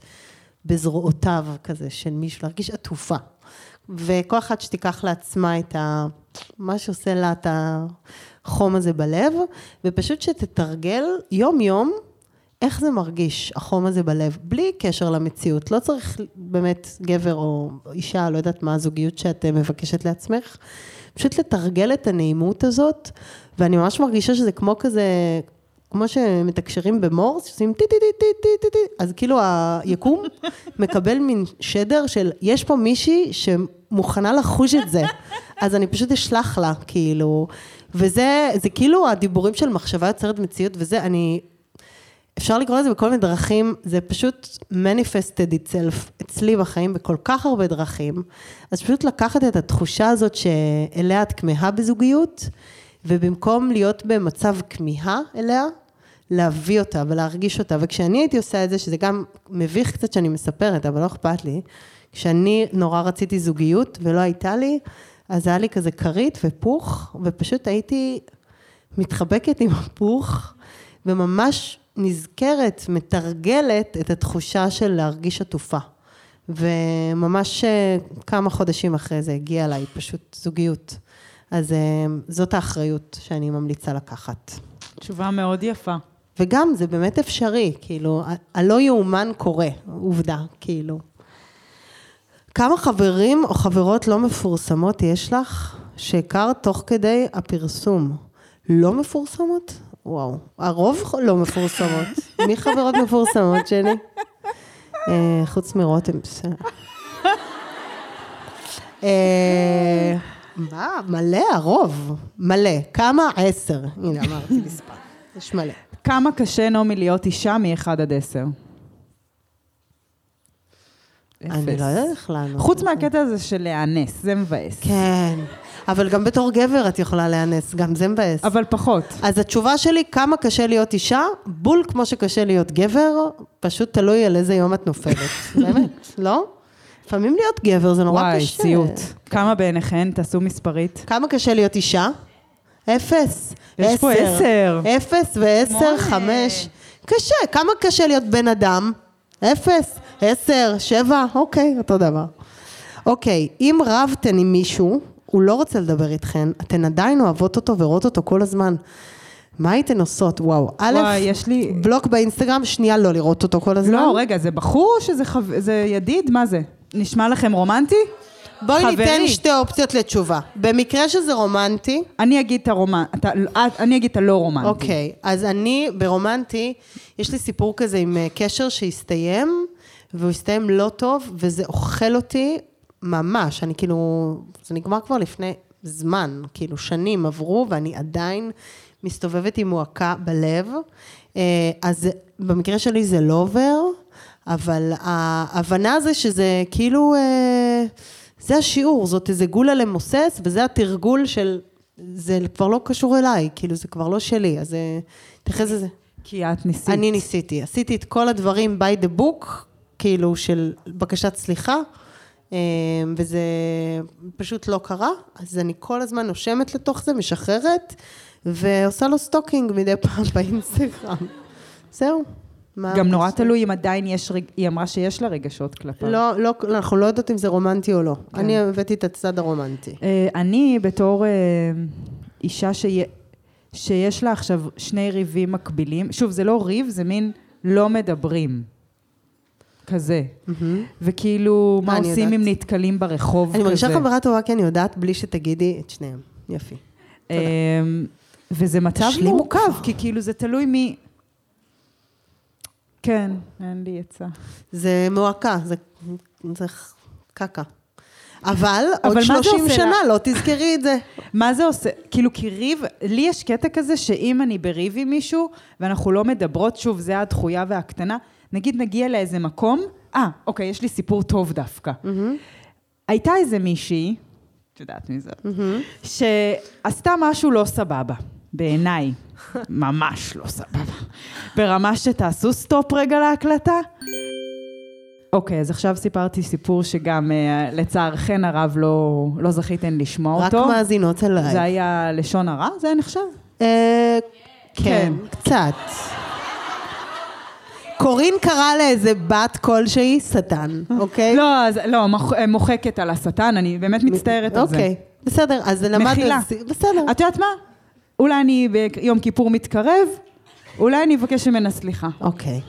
C: בזרועותיו כזה של מישהו, להרגיש עטופה. וכל אחת שתיקח לעצמה את ה... מה שעושה לה את החום הזה בלב, ופשוט שתתרגל יום-יום איך זה מרגיש, החום הזה בלב, בלי קשר למציאות. לא צריך באמת גבר או אישה, לא יודעת מה הזוגיות שאת אה, מבקשת לעצמך. פשוט לתרגל את הנעימות הזאת, ואני ממש מרגישה שזה כמו כזה, כמו שמתקשרים במורס, שעושים טי טי טי טי טי טי טי, אז כאילו היקום [laughs] מקבל מין שדר של, יש פה מישהי שמוכנה לחוש את זה, אז אני פשוט אשלח לה, כאילו, וזה, זה כאילו הדיבורים של מחשבה יוצרת מציאות, וזה, אני אפשר לקרוא לזה בכל מיני דרכים, זה פשוט manifested itself אצלי בחיים בכל כך הרבה דרכים. אז פשוט לקחת את התחושה הזאת שאליה את כמהה בזוגיות, ובמקום להיות במצב כמיהה אליה, להביא אותה ולהרגיש אותה. וכשאני הייתי עושה את זה, שזה גם מביך קצת שאני מספרת, אבל לא אכפת לי, כשאני נורא רציתי זוגיות ולא הייתה לי, אז היה לי כזה כרית ופוך, ופשוט הייתי מתחבקת עם הפוך, וממש נזכרת, מתרגלת את התחושה של להרגיש עטופה. וממש אה, כמה חודשים אחרי זה הגיעה אליי פשוט זוגיות. אז אה, זאת האחריות שאני ממליצה לקחת.
E: תשובה מאוד יפה.
C: וגם זה באמת אפשרי, כאילו, ה- הלא יאומן קורה, עובדה, כאילו. כמה חברים או חברות לא מפורסמות יש לך שהכרת תוך כדי הפרסום? לא מפורסמות? וואו, הרוב לא מפורסמות. מי חברות מפורסמות שלי? אה, חוץ מרותם, בסדר. אה, מה? מלא הרוב. מלא. כמה? עשר. הנה, אמרתי מספר. יש מלא.
D: כמה קשה נעמי להיות אישה מ-1 עד 10?
C: אני לא יודעת איך לענות.
D: חוץ מהקטע הזה של להיאנס, זה מבאס.
C: כן, אבל גם בתור גבר את יכולה להיאנס, גם זה מבאס.
D: אבל פחות.
C: אז התשובה שלי, כמה קשה להיות אישה, בול כמו שקשה להיות גבר, פשוט תלוי על איזה יום את נופלת.
D: [laughs]
C: באמת, לא? לפעמים להיות גבר זה נורא
D: וואי,
C: קשה.
D: סיוט. כמה בעיניכן? תעשו מספרית.
C: כמה קשה להיות אישה? אפס.
D: יש פה עשר.
C: אפס ועשר, חמש. קשה, כמה קשה להיות בן אדם? אפס, עשר, שבע, אוקיי, אותו דבר. אוקיי, אם רבתן עם מישהו, הוא לא רוצה לדבר איתכן, אתן עדיין אוהבות אותו ורואות אותו כל הזמן. מה הייתן עושות? וואו. א',
D: וואי, יש לי...
C: בלוק באינסטגרם, שנייה לא לראות אותו כל הזמן.
D: לא, רגע, זה בחור או שזה חב- זה ידיד? מה זה? נשמע לכם רומנטי?
C: בואי ניתן
D: חברי.
C: שתי אופציות לתשובה. במקרה שזה רומנטי,
D: אני אגיד את הרומנטי. אני אגיד את הלא רומנטי.
C: אוקיי, אז אני ברומנטי, יש לי סיפור כזה עם אה, קשר שהסתיים, והוא הסתיים לא טוב, וזה אוכל אותי ממש. אני כאילו, זה נגמר כבר לפני זמן, כאילו שנים עברו, ואני עדיין מסתובבת עם מועקה בלב. אה, אז במקרה שלי זה לא עובר. אבל ההבנה זה שזה כאילו, אה, זה השיעור, זאת איזה גולה למוסס, וזה התרגול של, זה כבר לא קשור אליי, כאילו זה כבר לא שלי, אז אה, תתייחס לזה.
D: כי את ניסית.
C: אני ניסיתי, עשיתי את כל הדברים by the book, כאילו של בקשת סליחה, אה, וזה פשוט לא קרה, אז אני כל הזמן נושמת לתוך זה, משחררת, ועושה לו סטוקינג מדי פעם [laughs] באינסטגרם. זהו. מה
D: גם נורא
C: הקשר?
D: תלוי אם עדיין יש, רג... היא אמרה שיש לה רגשות כלפיו.
C: לא, לא, אנחנו לא יודעות אם זה רומנטי או לא.
D: כן.
C: אני הבאתי את הצד הרומנטי.
D: אה, אני בתור אה, אישה שיה, שיש לה עכשיו שני ריבים מקבילים, שוב, זה לא ריב, זה מין לא מדברים. כזה. וכאילו, מה
C: אה, אני
D: עושים אם
C: יודעת.
D: נתקלים ברחוב כזה?
C: אני מרגישה חברה טובה כי אני יודעת בלי שתגידי את שניהם. יפי.
D: אה, וזה מצב
C: תשלימו
D: מורכב,
C: כבר.
D: כי כאילו זה תלוי מי... כן, אין לי עצה.
C: זה מועקה, זה, זה קקה. אבל עוד
D: מה זה
C: 30
D: עושה
C: שנה
D: לך?
C: לא תזכרי את
D: [laughs]
C: זה.
D: מה זה עושה? כאילו, כי ריב, לי יש קטע כזה שאם אני בריב עם מישהו, ואנחנו לא מדברות, שוב, זה הדחויה והקטנה, נגיד נגיע לאיזה מקום, אה, אוקיי, יש לי סיפור טוב דווקא. הייתה איזה מישהי, את יודעת מי זאת, שעשתה משהו לא סבבה, בעיניי. ממש לא סבבה. ברמה שתעשו סטופ רגע להקלטה. אוקיי, אז עכשיו סיפרתי סיפור שגם אה, לצערכן הרב לא, לא זכיתן לשמוע
C: רק
D: אותו.
C: מאזינות
D: זה
C: עליי.
D: היה לשון הרע? זה היה נחשב?
C: אה, כן,
D: כן.
C: קצת. קורין קרא לאיזה בת כלשהי שטן, אוקיי?
D: לא, אז- לא, מוח- מוחקת על השטן, אני באמת מצטערת על זה.
C: אוקיי, בסדר, אז למדנו...
D: מחילה.
C: בסדר.
D: את יודעת מה? אולי אני ביום כיפור מתקרב, אולי אני אבקש ממנה סליחה.
C: אוקיי.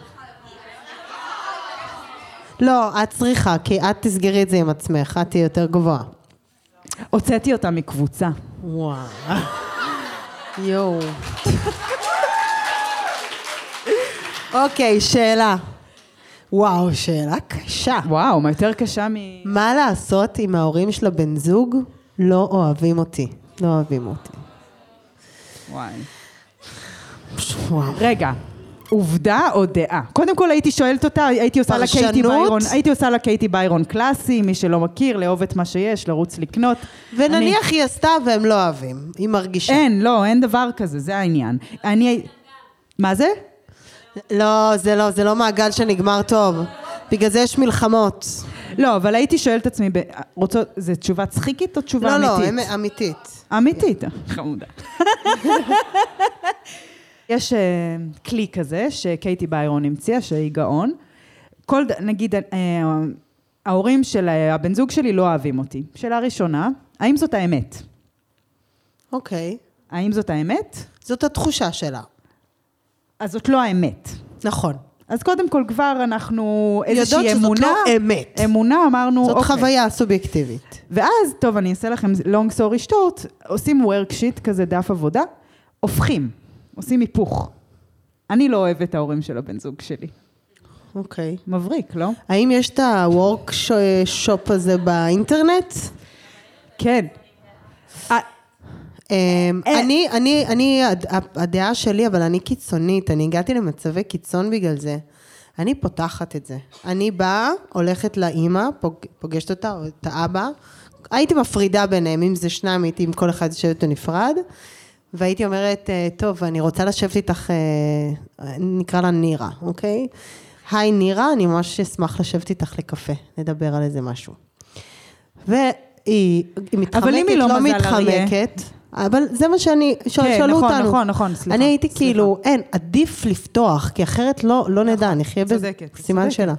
C: לא, את צריכה, כי את תסגרי את זה עם עצמך, את תהיי יותר גבוהה.
D: הוצאתי אותה מקבוצה.
C: וואו. יואו. אוקיי, שאלה. וואו, שאלה קשה.
D: וואו, מה יותר קשה מ...
C: מה לעשות אם ההורים של הבן זוג לא אוהבים אותי? לא אוהבים אותי.
D: וואי.
C: וואו.
D: רגע. עובדה או דעה? קודם כל הייתי שואלת אותה, הייתי עושה לה קייטי
C: פרשנות?
D: ביירון, הייתי עושה לה קייטי ביירון קלאסי, מי שלא מכיר, לאהוב את מה שיש, לרוץ לקנות. אני-
C: ונניח היא עשתה והם לא אוהבים, היא מרגישה.
D: אין, לא, אין דבר כזה, זה העניין. אני... מה זה?
C: לא, זה לא, זה לא מעגל שנגמר טוב. בגלל זה יש מלחמות.
D: לא, אבל הייתי שואלת את עצמי, ב- רוצות, זה תשובה צחיקית או
C: לא,
D: תשובה
C: לא,
D: אמיתית?
C: הם- אמיתית.
D: אמיתית, חמודה. [laughs] יש אה, כלי כזה שקייטי ביירון המציאה, שהיא גאון. כל, ד- נגיד, אה, ההורים של אה, הבן זוג שלי לא אוהבים אותי. שאלה ראשונה, האם זאת האמת?
C: אוקיי.
D: האם זאת האמת?
C: זאת התחושה שלה.
D: אז זאת לא האמת.
C: נכון.
D: אז קודם כל כבר אנחנו איזושהי
C: יודעות
D: אמונה.
C: שזאת לא אמת.
D: אמונה, אמרנו,
C: זאת
D: אוקיי.
C: חוויה סובייקטיבית.
D: ואז, טוב, אני אעשה לכם long story short, עושים worksheet כזה דף עבודה, הופכים, עושים היפוך. אני לא אוהבת את ההורים של הבן זוג שלי.
C: אוקיי.
D: מבריק, לא?
C: האם יש את ה-workshop הזה באינטרנט?
D: כן. אה,
C: אמ,
D: אה.
C: אני, אני, אני, הד- הדעה שלי, אבל אני קיצונית, אני הגעתי למצבי קיצון בגלל זה. אני פותחת את זה. אני באה, הולכת לאימא, פוג- פוגשת אותה, או את האבא. הייתי מפרידה ביניהם, אם זה שניים, הייתי עם כל אחד יושבת בנפרד. והייתי אומרת, אה, טוב, אני רוצה לשבת איתך, אה, נקרא לה נירה, אוקיי? היי נירה, אני ממש אשמח לשבת איתך לקפה, נדבר על איזה משהו. והיא היא מתחמקת,
D: אבל אם היא לא
C: לא
D: מזל אריה.
C: מתחמקת, אבל זה מה שאני, ש-
D: כן,
C: שאלו
D: נכון,
C: אותנו.
D: נכון, נכון, סליחה,
C: אני הייתי
D: סליחה.
C: כאילו, אין, עדיף לפתוח, כי אחרת לא, לא נדע, נחיה בזה.
D: נכון, צודקת,
C: סימן
D: צודקת.
C: שאלה.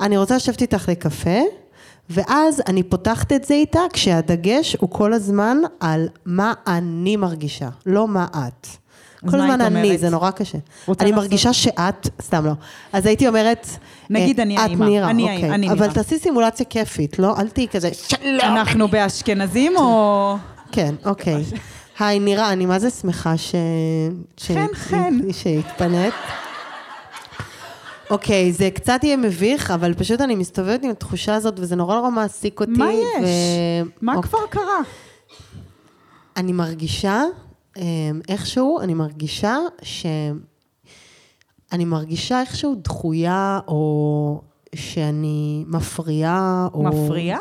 C: אני רוצה לשבת איתך לקפה, ואז אני פותחת את זה איתה, כשהדגש הוא כל הזמן על מה אני מרגישה, לא מה את.
D: אז
C: כל
D: מה
C: הזמן
D: היית
C: אני,
D: אומרת?
C: זה נורא קשה.
D: רוצה
C: אני
D: לעשות-
C: מרגישה שאת, סתם לא. אז הייתי אומרת,
D: נגיד
C: אה,
D: אני
C: את
D: האמא,
C: נירה,
D: אני
C: אוקיי.
D: האמא, אני
C: אבל
D: נירה.
C: תעשי סימולציה כיפית, לא? אל תהיי כזה, שלום.
D: אנחנו באשכנזים או...
C: כן, אוקיי. היי, נירה, אני מה זה שמחה ש... ש-
D: חן, חן.
C: שהתפנית. אוקיי, זה קצת יהיה מביך, אבל פשוט אני מסתובבת עם התחושה הזאת, וזה נורא נורא מעסיק אותי.
D: מה יש?
C: ו-
D: מה
C: אוקיי.
D: כבר קרה?
C: אני מרגישה, אמ, איכשהו, אני מרגישה ש... אני מרגישה איכשהו דחויה, או שאני מפריעה, או...
D: מפריעה.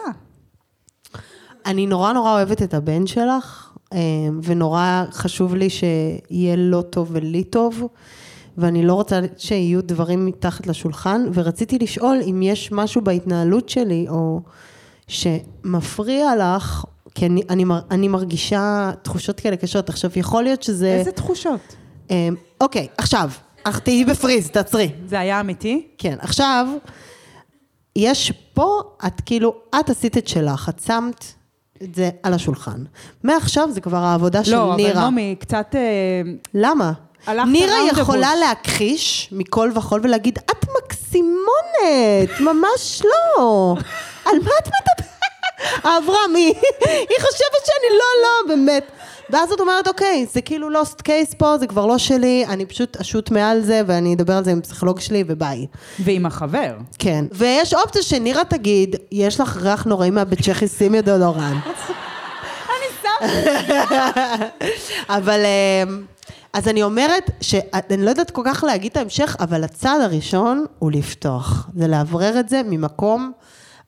C: אני נורא נורא אוהבת את הבן שלך, אה, ונורא חשוב לי שיהיה לו טוב ולי טוב, ואני לא רוצה שיהיו דברים מתחת לשולחן, ורציתי לשאול אם יש משהו בהתנהלות שלי, או שמפריע לך, כי אני, אני, מר- אני מרגישה תחושות כאלה קשות. עכשיו, יכול להיות שזה...
D: איזה תחושות.
C: אה, אוקיי, עכשיו, אך תהיי בפריז, תעצרי.
D: זה היה אמיתי?
C: כן, עכשיו, יש פה, את כאילו, את עשית את שלך, את שמת את זה על השולחן. מעכשיו זה כבר העבודה של
D: לא, אבל
C: נירה.
D: נעמי, קצת... אה,
C: למה?
D: הלכת
C: נירה
D: round the
C: יכולה
D: bush.
C: להכחיש מכל וכול ולהגיד, את מקסימונת, ממש
D: [laughs]
C: לא. על מה את מדברת? אברהם, היא, היא חושבת שאני לא, לא, באמת. ואז את אומרת, אוקיי, זה כאילו לוסט קייס פה, זה כבר לא שלי, אני פשוט אשוט מעל זה ואני אדבר על זה עם הפסיכולוג שלי וביי.
D: ועם החבר.
C: כן. ויש אופציה שנירה תגיד, יש לך ריח נוראי מהבית צ'כי, שימי דודורנט. אבל... אמ, אז אני אומרת, שאני לא יודעת כל כך להגיד את ההמשך, אבל הצעד הראשון הוא לפתוח. זה לאוורר את זה ממקום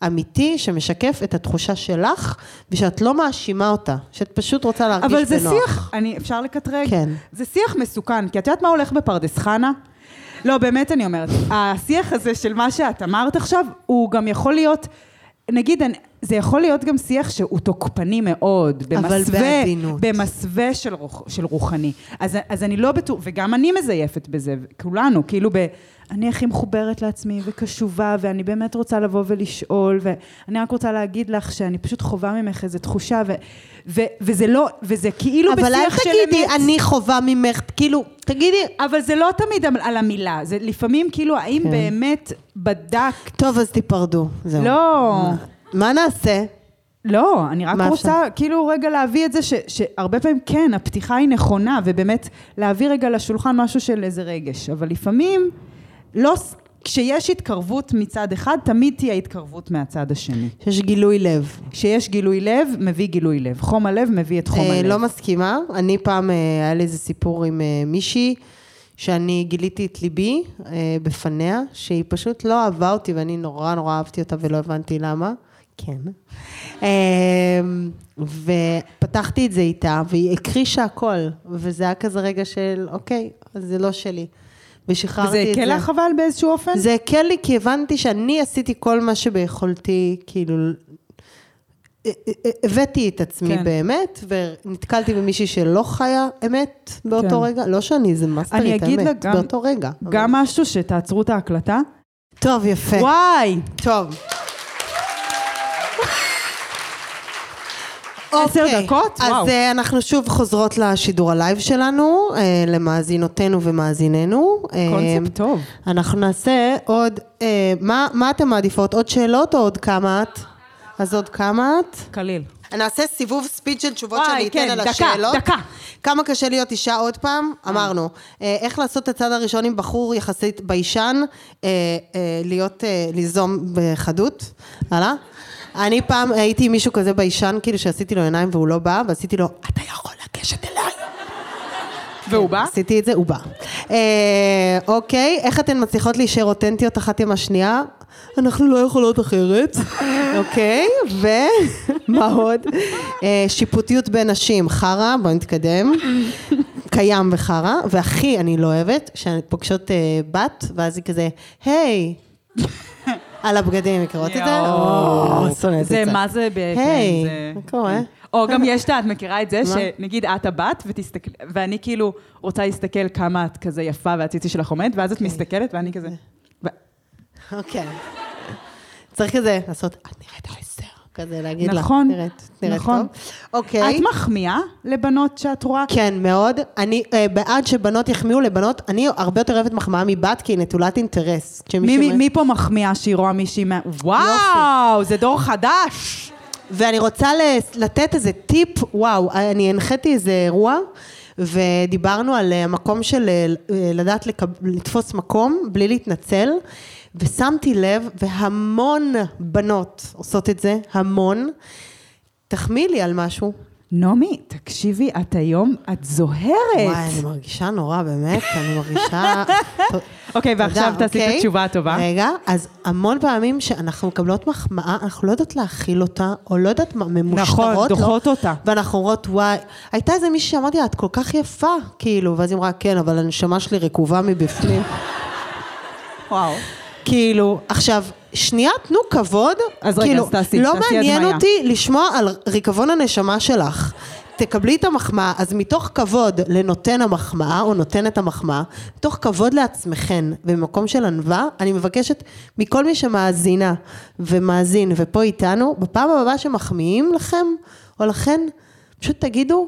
C: אמיתי שמשקף את התחושה שלך, ושאת לא מאשימה אותה, שאת פשוט רוצה להרגיש בנוח.
D: אבל זה שיח, אני, אפשר לקטרג?
C: כן.
D: זה שיח מסוכן, כי את יודעת מה הולך בפרדס חנה? לא, באמת אני אומרת, השיח הזה של מה שאת אמרת עכשיו, הוא גם יכול להיות, נגיד, אני- זה יכול להיות גם שיח שהוא תוקפני מאוד,
C: אבל
D: במסווה,
C: בעדינות.
D: במסווה של, רוח, של רוחני. אז, אז אני לא בטוח, וגם אני מזייפת בזה, כולנו, כאילו ב... אני הכי מחוברת לעצמי וקשובה, ואני באמת רוצה לבוא ולשאול, ואני רק רוצה להגיד לך שאני פשוט חווה ממך איזו תחושה, ו, ו, וזה לא, וזה כאילו בשיח של
C: אבל אל
D: אמת.
C: תגידי, אני חווה ממך, כאילו, תגידי,
D: אבל זה לא תמיד על- על המילה, זה לפעמים כאילו, האם
C: כן.
D: באמת בדקת...
C: טוב, אז תיפרדו. זהו.
D: לא,
C: מה נעשה?
D: לא, אני רק
C: מה
D: רוצה כאילו רגע להביא את זה ש, שהרבה פעמים כן, הפתיחה היא נכונה, ובאמת להביא רגע לשולחן משהו של איזה רגש, אבל לפעמים לא... ס- כשיש התקרבות מצד אחד, תמיד תהיה התקרבות מהצד השני.
C: שיש גילוי לב.
D: כשיש גילוי לב, מביא גילוי לב. חום הלב מביא את חום
C: אה,
D: הלב.
C: לא מסכימה. אני פעם, אה, היה לי איזה סיפור עם אה, מישהי, שאני גיליתי את ליבי אה, בפניה, שהיא פשוט לא אהבה אותי, ואני נורא נורא אהבתי אותה ולא הבנתי למה. כן. אה, ופתחתי את זה איתה, והיא הכחישה הכל, וזה היה כזה רגע של, אוקיי, אז זה לא שלי. ושחררתי את
D: וזה
C: זה.
D: הקל לך אבל באיזשהו אופן?
C: זה הקל לי כי הבנתי שאני עשיתי כל מה שביכולתי, כאילו... הבאתי את עצמי
D: כן.
C: באמת, ונתקלתי במישהי שלא חיה אמת
D: כן.
C: באותו רגע. לא שאני איזה מאסטרית
D: אגיד לה
C: אמת,
D: גם-
C: באותו רגע.
D: גם משהו שתעצרו את ההקלטה?
C: טוב, יפה.
D: וואי!
C: טוב.
D: עשר
C: אוקיי,
D: דקות?
C: אז
D: וואו.
C: אה, אנחנו שוב חוזרות לשידור הלייב שלנו, אה, למאזינותינו ומאזיננו. אה,
D: קונספט טוב.
C: אנחנו נעשה עוד, אה, מה, מה אתם מעדיפות? עוד שאלות או עוד כמה את? אז עוד כמה את?
D: קליל.
C: נעשה סיבוב ספיד של תשובות
D: וואי,
C: שאני אתן
D: כן,
C: על
D: דקה,
C: השאלות.
D: דקה.
C: כמה קשה להיות אישה עוד פעם? אמרנו. אה, איך לעשות את הצד הראשון עם בחור יחסית ביישן? אה, אה, להיות, אה, ליזום בחדות? הלאה? אני פעם הייתי עם מישהו כזה ביישן, כאילו שעשיתי לו עיניים והוא לא בא, ועשיתי לו, אתה יכול לגשת אליי.
D: והוא בא?
C: עשיתי את זה, הוא בא. אה, אוקיי, איך אתן מצליחות להישאר אותנטיות אחת עם השנייה? אנחנו לא יכולות
D: [laughs]
C: אחרת. אוקיי, [laughs] ומה עוד? אה, שיפוטיות בין נשים, חרא, בואו נתקדם.
D: [laughs]
C: קיים וחרא, והכי אני לא אוהבת, שפוגשות אה, בת, ואז היא כזה,
D: [laughs]
C: היי. על הבגדים, מכירות את זה? או, שונאת את
D: זה מה זה ב...
C: היי,
D: כן, זה-
C: מה קורה?
D: או גם יש את ה- את מכירה את זה, שנגיד את הבת, ותסתכל- ואני כאילו רוצה להסתכל כמה את כזה יפה והציצי שלך עומד, ואז
C: כן.
D: את מסתכלת ואני כזה... ו-
C: אוקיי. צריך כזה לעשות, את נראית עשר. כזה להגיד לך,
D: נכון,
C: נראית, נראית
D: נכון.
C: טוב. אוקיי.
D: את מחמיאה לבנות שאת רואה?
C: כן, מאוד. אני אה, בעד שבנות יחמיאו לבנות. אני הרבה יותר אוהבת מחמאה מבת, כי היא נטולת אינטרס.
D: מי-
C: כשמישהו
D: מי-
C: אומר-
D: מי פה מחמיאה שהיא רואה מישהי מה... וואו, זה דור חדש!
C: ואני רוצה ל- לתת איזה טיפ, וואו, אני הנחיתי איזה אירוע, ודיברנו על אה, המקום של אה, אה, לדעת לקב... לתפוס מקום בלי להתנצל, ושמתי לב, והמון בנות עושות את זה, המון. תחמיא לי על משהו.
D: נעמי, תקשיבי, את היום, את זוהרת.
C: [laughs] וואי, אני מרגישה נורא, באמת, אני מרגישה...
D: אוקיי, ועכשיו
C: תודה,
D: תעשי את
C: אוקיי?
D: התשובה הטובה.
C: רגע, אז המון פעמים שאנחנו מקבלות מחמאה, אנחנו לא יודעות להכיל אותה, או לא יודעת מה, ממושטרות.
D: נכון,
C: לא?
D: דוחות אותה.
C: ואנחנו אומרות, וואי, הייתה איזה מישהי שאמרתי לה, את כל כך יפה, כאילו, ואז היא אמרה, כן, אבל הנשמה שלי רקובה מבפנים.
D: וואו.
C: כאילו, עכשיו, שנייה, תנו כבוד.
D: אז רגע,
C: כאילו,
D: אז תעשי,
C: לא
D: תעשי
C: מעניין
D: הדמיה.
C: אותי לשמוע על ריקבון הנשמה שלך. תקבלי את המחמאה, אז מתוך כבוד לנותן המחמאה, או נותנת המחמאה, מתוך כבוד לעצמכן, במקום של ענווה, אני מבקשת מכל מי שמאזינה ומאזין ופה איתנו, בפעם הבאה שמחמיאים לכם, או לכן, פשוט תגידו,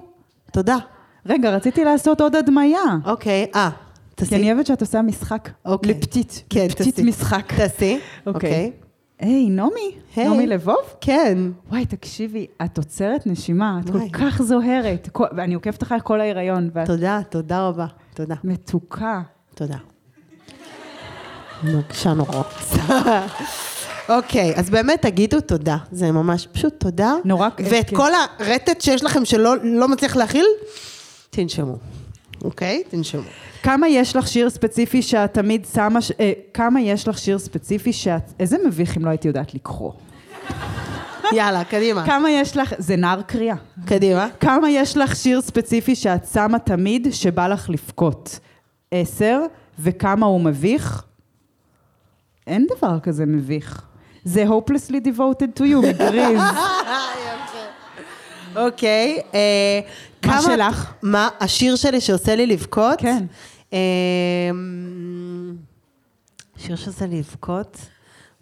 C: תודה.
D: רגע, רציתי לעשות עוד הדמיה.
C: אוקיי, אה,
D: כי אני
C: תעשי.
D: אוהבת שאת עושה משחק.
C: אוקיי.
D: לפתית.
C: כן,
D: לפתית
C: תעשי.
D: משחק.
C: תעשי, אוקיי.
D: היי, נעמי.
C: היי.
D: נעמי לבוב?
C: כן.
D: וואי, תקשיבי, את עוצרת נשימה, את כל
C: וואי.
D: כך זוהרת. כל- ואני עוקבת אחרי כל ההיריון, ואת
C: תודה, תודה רבה. תודה.
D: מתוקה.
C: תודה. בבקשה נורא. אוקיי, אז באמת תגידו תודה. זה ממש פשוט תודה.
D: נורא-
C: ואת
D: כן.
C: כל הרטט שיש לכם שלא לא מצליח להכיל, תנשמו. אוקיי?
D: [laughs]
C: תנשמו.
D: כמה יש לך שיר ספציפי שאת תמיד שמה, ש- אה, כמה יש לך שיר ספציפי שאת, איזה מביך אם לא הייתי יודעת לקרוא.
C: יאללה, קדימה.
D: כמה יש לך, זה נער קריאה.
C: קדימה.
D: כמה יש לך שיר ספציפי שאת שמה תמיד שבא לך לבכות? עשר, וכמה הוא מביך? אין דבר כזה מביך. זה hopelessly devoted to you [laughs] מגריז.
C: אה, אוקיי. אה,
D: מה
C: כמה-
D: שלך?
C: מה השיר שלי שעושה לי לבכות?
D: כן.
C: אה, שיר שעושה לי לבכות?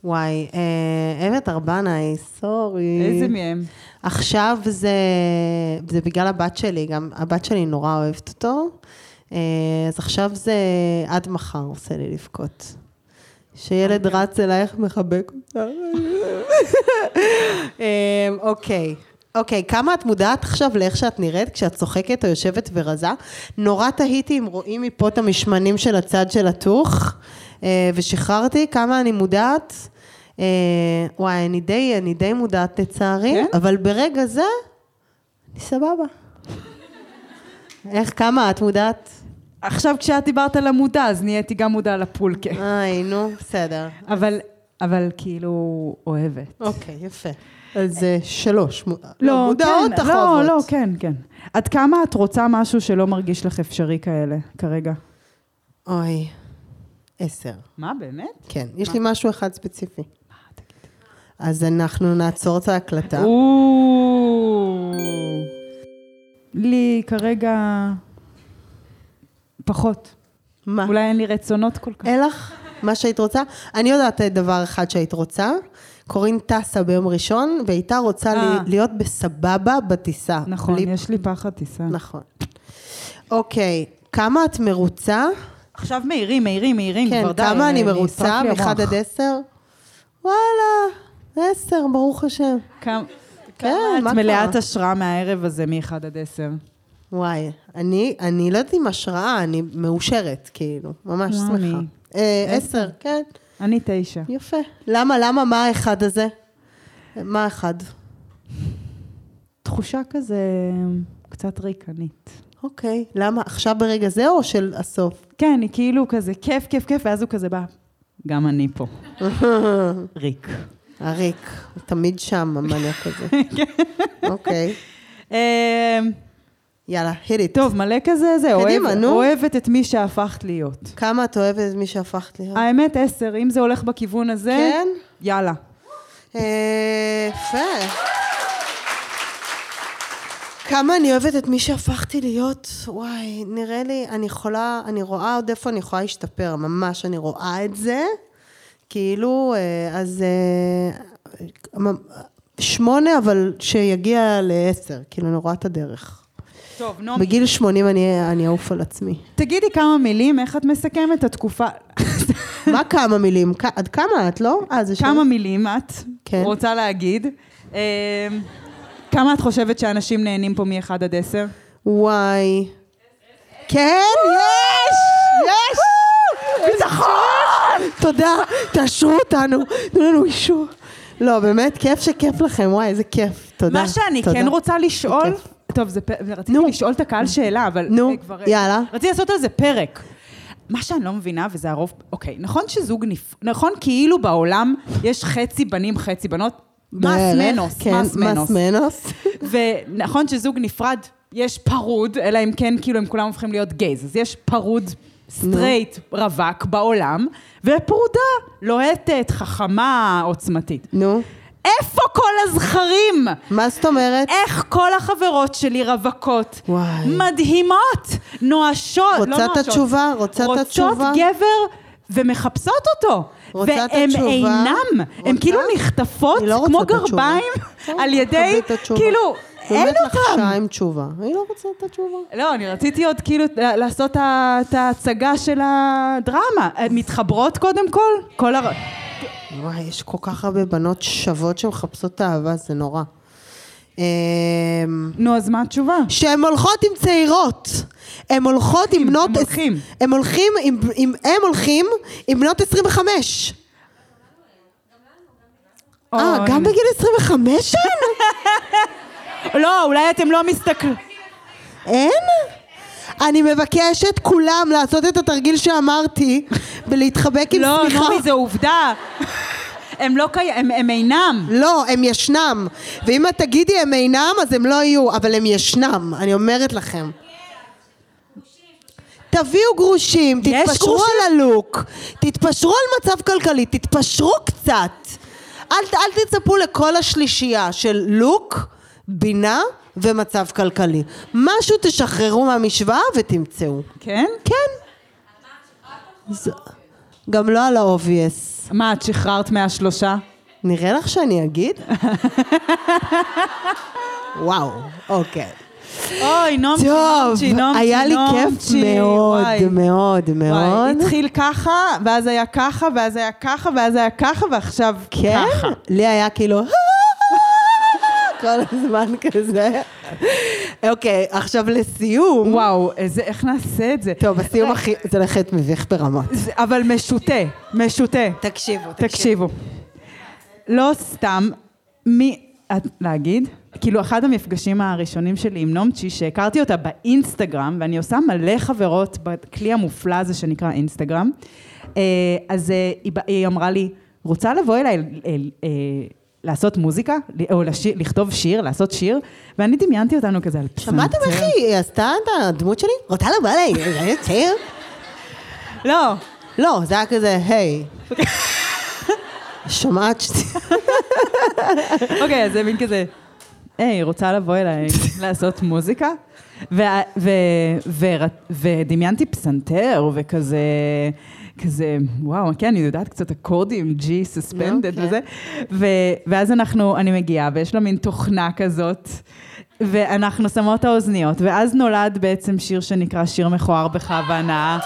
C: וואי, אה, אמת ארבנאי, סורי.
D: איזה מהם?
C: עכשיו זה, זה בגלל הבת שלי, גם הבת שלי נורא אוהבת אותו, אה, אז עכשיו זה עד מחר עושה לי לבכות. שילד
D: אוקיי.
C: רץ אלייך מחבק אותה. אה, אוקיי. אוקיי, כמה את מודעת עכשיו לאיך שאת נראית כשאת צוחקת או יושבת ורזה? נורא תהיתי אם רואים מפה את המשמנים של הצד של התוך, אה, ושחררתי, כמה אני מודעת? אה, וואי, אני די, אני די מודעת לצערי,
D: כן?
C: אבל ברגע זה, אני סבבה. איך, כמה את מודעת?
D: עכשיו כשאת דיברת על המודע, אז נהייתי גם מודע לפולקה.
C: איי, נו, בסדר.
D: אבל, אבל כאילו, אוהבת.
C: אוקיי, יפה. אז אה, שלוש. מ-
D: לא,
C: מודעות
D: כן,
C: אחרות.
D: לא, לא, כן, כן. עד כמה את רוצה משהו שלא מרגיש לך אפשרי כאלה, כרגע?
C: אוי, עשר.
D: מה, באמת?
C: כן, יש לי משהו אחד ספציפי.
D: אה,
C: אז אנחנו נעצור את ההקלטה.
D: או... לי כרגע פחות.
C: מה?
D: אולי אין לי רצונות כל כך.
C: אה. אין לך מה שהיית רוצה? אני יודעת דבר אחד שהיית רוצה. קורין טסה ביום ראשון, והייתה רוצה
D: אה.
C: לי- להיות בסבבה בטיסה.
D: נכון,
C: בלי-
D: יש לי פחד טיסה.
C: נכון. אוקיי, כמה את מרוצה?
D: עכשיו מהירים, מהירים, מהירים,
C: כן,
D: כבר די.
C: כמה אני מרוצה?
D: נשרף לי
C: מ-1
D: המוח.
C: עד 10? וואלה, 10, ברוך השם.
D: כמה-
C: כן,
D: כמה
C: מה
D: את
C: קרה?
D: מלאת השראה מהערב הזה מ-1 עד 10.
C: וואי, אני, אני לא יודעת אם השראה, אני מאושרת, כאילו, ממש
D: וואי.
C: שמחה. אה, עשר, כן,
D: אני 9.
C: יפה. למה, למה, מה האחד הזה? מה האחד?
D: תחושה כזה קצת ריקנית.
C: אוקיי, למה, עכשיו ברגע זה או של הסוף?
D: כן, היא כאילו כזה כיף, כיף, כיף, ואז הוא כזה בא. גם אני
C: [laughs]
D: פה. ריק.
C: הריק, הוא תמיד שם, המניאק הזה. אוקיי, אה.
D: אמ,
C: יאללה, hit it.
D: טוב, מלא כזה, זה,
C: קדימה,
D: אוהב-
C: נו.
D: אוהבת את מי שהפכת להיות.
C: כמה את אוהבת את מי שהפכת להיות?
D: האמת, עשר, אם זה הולך בכיוון הזה,
C: כן?
D: יאללה.
C: אה, יפה. כמה אני אוהבת את מי שהפכתי להיות, וואי, נראה לי, אני יכולה, אני רואה עוד איפה אני יכולה להשתפר, ממש, אני רואה את זה. כאילו, אה, אז אה, מ- שמונה, אבל שיגיע לעשר, כאילו, אני רואה את הדרך.
D: טוב, נעמי.
C: בגיל שמונים אני אני אעוף על עצמי.
D: תגידי כמה מילים, איך את מסכמת
C: [laughs]
D: את התקופה?
C: מה כמה מילים? כ- עד כמה את, לא? אה, זה
D: כמה
C: שם.
D: מילים את
C: כן.
D: רוצה להגיד? אמ, כמה את חושבת שאנשים נהנים פה מ-1 עד 10?
C: וואי. כן, יש! יש! ביטחון! תודה, תאשרו אותנו, תנו לנו אישור. לא, באמת, כיף שכיף לכם, וואי, איזה כיף. תודה.
D: מה שאני
C: תודה.
D: כן רוצה לשאול...
C: בכיף.
D: טוב, זה פ- רציתי
C: נו.
D: לשאול את הקהל שאלה, אבל...
C: נו,
D: אה, כבר-
C: יאללה.
D: רציתי לעשות על זה פרק. מה שאני לא מבינה, וזה הרוב, אוקיי, נכון שזוג נפ... נכון כאילו בעולם יש חצי בנים, חצי בנות? מס
C: בערך,
D: מנוס,
C: כן,
D: מס מנוס.
C: מנוס.
D: ונכון שזוג נפרד, יש פרוד, אלא אם כן כאילו הם כולם הופכים להיות גייז, אז יש פרוד סטרייט רווק בעולם, ופרודה לוהטת, חכמה, עוצמתית.
C: נו,
D: איפה כל הזכרים?
C: מה זאת אומרת?
D: איך כל החברות שלי רווקות,
C: וואי.
D: מדהימות, נואשות, לא
C: רוצה את
D: נואשות.
C: התשובה? רוצה את התשובה?
D: רוצות גבר ומחפשות אותו.
C: רוצה את
D: והם
C: התשובה?
D: אינם, הם
C: רוצה?
D: כאילו נחטפות
C: אני לא רוצה
D: כמו
C: את התשובה.
D: גרביים
C: כן,
D: על
C: תקבלי
D: ידי,
C: את התשובה.
D: כאילו, אין
C: באמת
D: אותם.
C: לחשה עם תשובה. אני לא רוצה את התשובה.
D: לא, אני רציתי עוד כאילו ל- לעשות את ה- את ההצגה של הדרמה. הן מתחברות קודם כל? כל הר...
C: וואי, יש כל כך הרבה בנות שוות שמחפשות אהבה, זה נורא. אמ,
D: נו, אז מה התשובה?
C: שהן הולכות עם צעירות, הן הולכות עם בנות...
D: הם הולכים.
C: הם הולכים, עם- עם- הם הולכים עם בנות 25. אה,
D: אוי,
C: גם
D: נו.
C: בגיל 25 אין?
D: לא, אולי אתם לא מסתכלים.
C: אין? אני מבקשת כולם לעשות את התרגיל שאמרתי ולהתחבק עם
D: לא,
C: שמיכה.
D: נעמי, זו עובדה. הם לא קיימים, הם, הם אינם.
C: לא, הם ישנם. ואם את תגידי הם אינם, אז הם לא יהיו, אבל הם ישנם, אני אומרת לכם. תביאו גרושים,
D: יש
C: תתפשרו
D: גרושים?
C: על הלוק, תתפשרו על מצב כלכלי, תתפשרו קצת. אל, ת- אל תצפו לכל השלישייה של לוק, בינה ומצב כלכלי. משהו תשחררו מהמשוואה ותמצאו.
D: כן?
C: כן. זה- גם לא על האובייס.
D: מה, את שחררת מהשלושה?
C: נראה לך שאני
D: [laughs]
C: אגיד? וואו, אוקיי.
D: אוי, נומצ'י,
C: טוב,
D: נומצ'י, נומצ'י,
C: היה לי כיף
D: נומצ'י,
C: מאוד,
D: וואי.
C: מאוד, מאוד.
D: וואי, התחיל ככה, ואז היה ככה, ואז היה ככה, ואז היה ככה, ועכשיו
C: כן?
D: ככה.
C: לי היה כאילו... [laughs] כל הזמן כזה. אוקיי, עכשיו לסיום.
D: וואו, איזה, איך נעשה את זה?
C: טוב, הסיום הכי... זה הולך להיות מביך ברמות.
D: זה- אבל משוטה, משוטה.
C: תקשיבו,
D: תקשיבו. לא סתם, מי... את- להגיד? כאילו, אחד המפגשים הראשונים שלי עם נומצ'י, שהכרתי אותה באינסטגרם, ואני עושה מלא חברות בכלי המופלא הזה שנקרא אינסטגרם, אה, אז אה, היא בא- היא אמרה לי, רוצה לבוא אליי אל- אל- אה, לעשות מוזיקה, ל- או לשיר- לכתוב שיר, לעשות שיר, ואני דמיינתי אותנו כזה על פסנתר.
C: שמעתם איך היא עשתה את הדמות שלי? רוצה לבוא אליי? זה היה צעיר?
D: לא,
C: לא, זה היה כזה, היי. [laughs] שומעת ש...
D: אוקיי, אז זה מין כזה, היי, רוצה לבוא אליי לעשות מוזיקה? וה- ו- ו- ודמיינתי פסנתר, וכזה, כזה, וואו, כן, אני יודעת קצת אקורדים, G suspended
C: אוקיי.
D: וזה, ו- ואז אנחנו, אני מגיעה, ויש לה מין תוכנה כזאת. ואנחנו שמות את האוזניות, ואז נולד בעצם שיר שנקרא שיר מכוער בכוונה.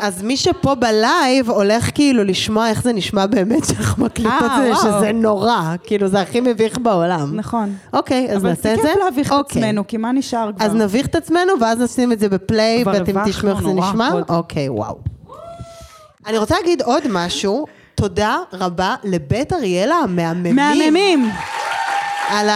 C: אז מי שפה בלייב הולך כאילו לשמוע איך זה נשמע באמת שאנחנו מקליטות את
D: אה,
C: זה,
D: וואו.
C: שזה נורא, כאילו זה הכי מביך בעולם.
D: נכון.
C: אוקיי, אז
D: אבל
C: נעשה את זה?
D: זה כיף להביך את
C: אוקיי.
D: עצמנו, כי מה נשאר כבר?
C: אז נביך את עצמנו, ואז נשים את זה בפליי,
D: כבר
C: ואתם
D: הרווחנו
C: תשמעו איך זה
D: נורא
C: נשמע?
D: עוד.
C: אוקיי, וואו. אני רוצה להגיד עוד משהו. תודה רבה לבית אריאלה המהממים.
D: מהממים!
C: על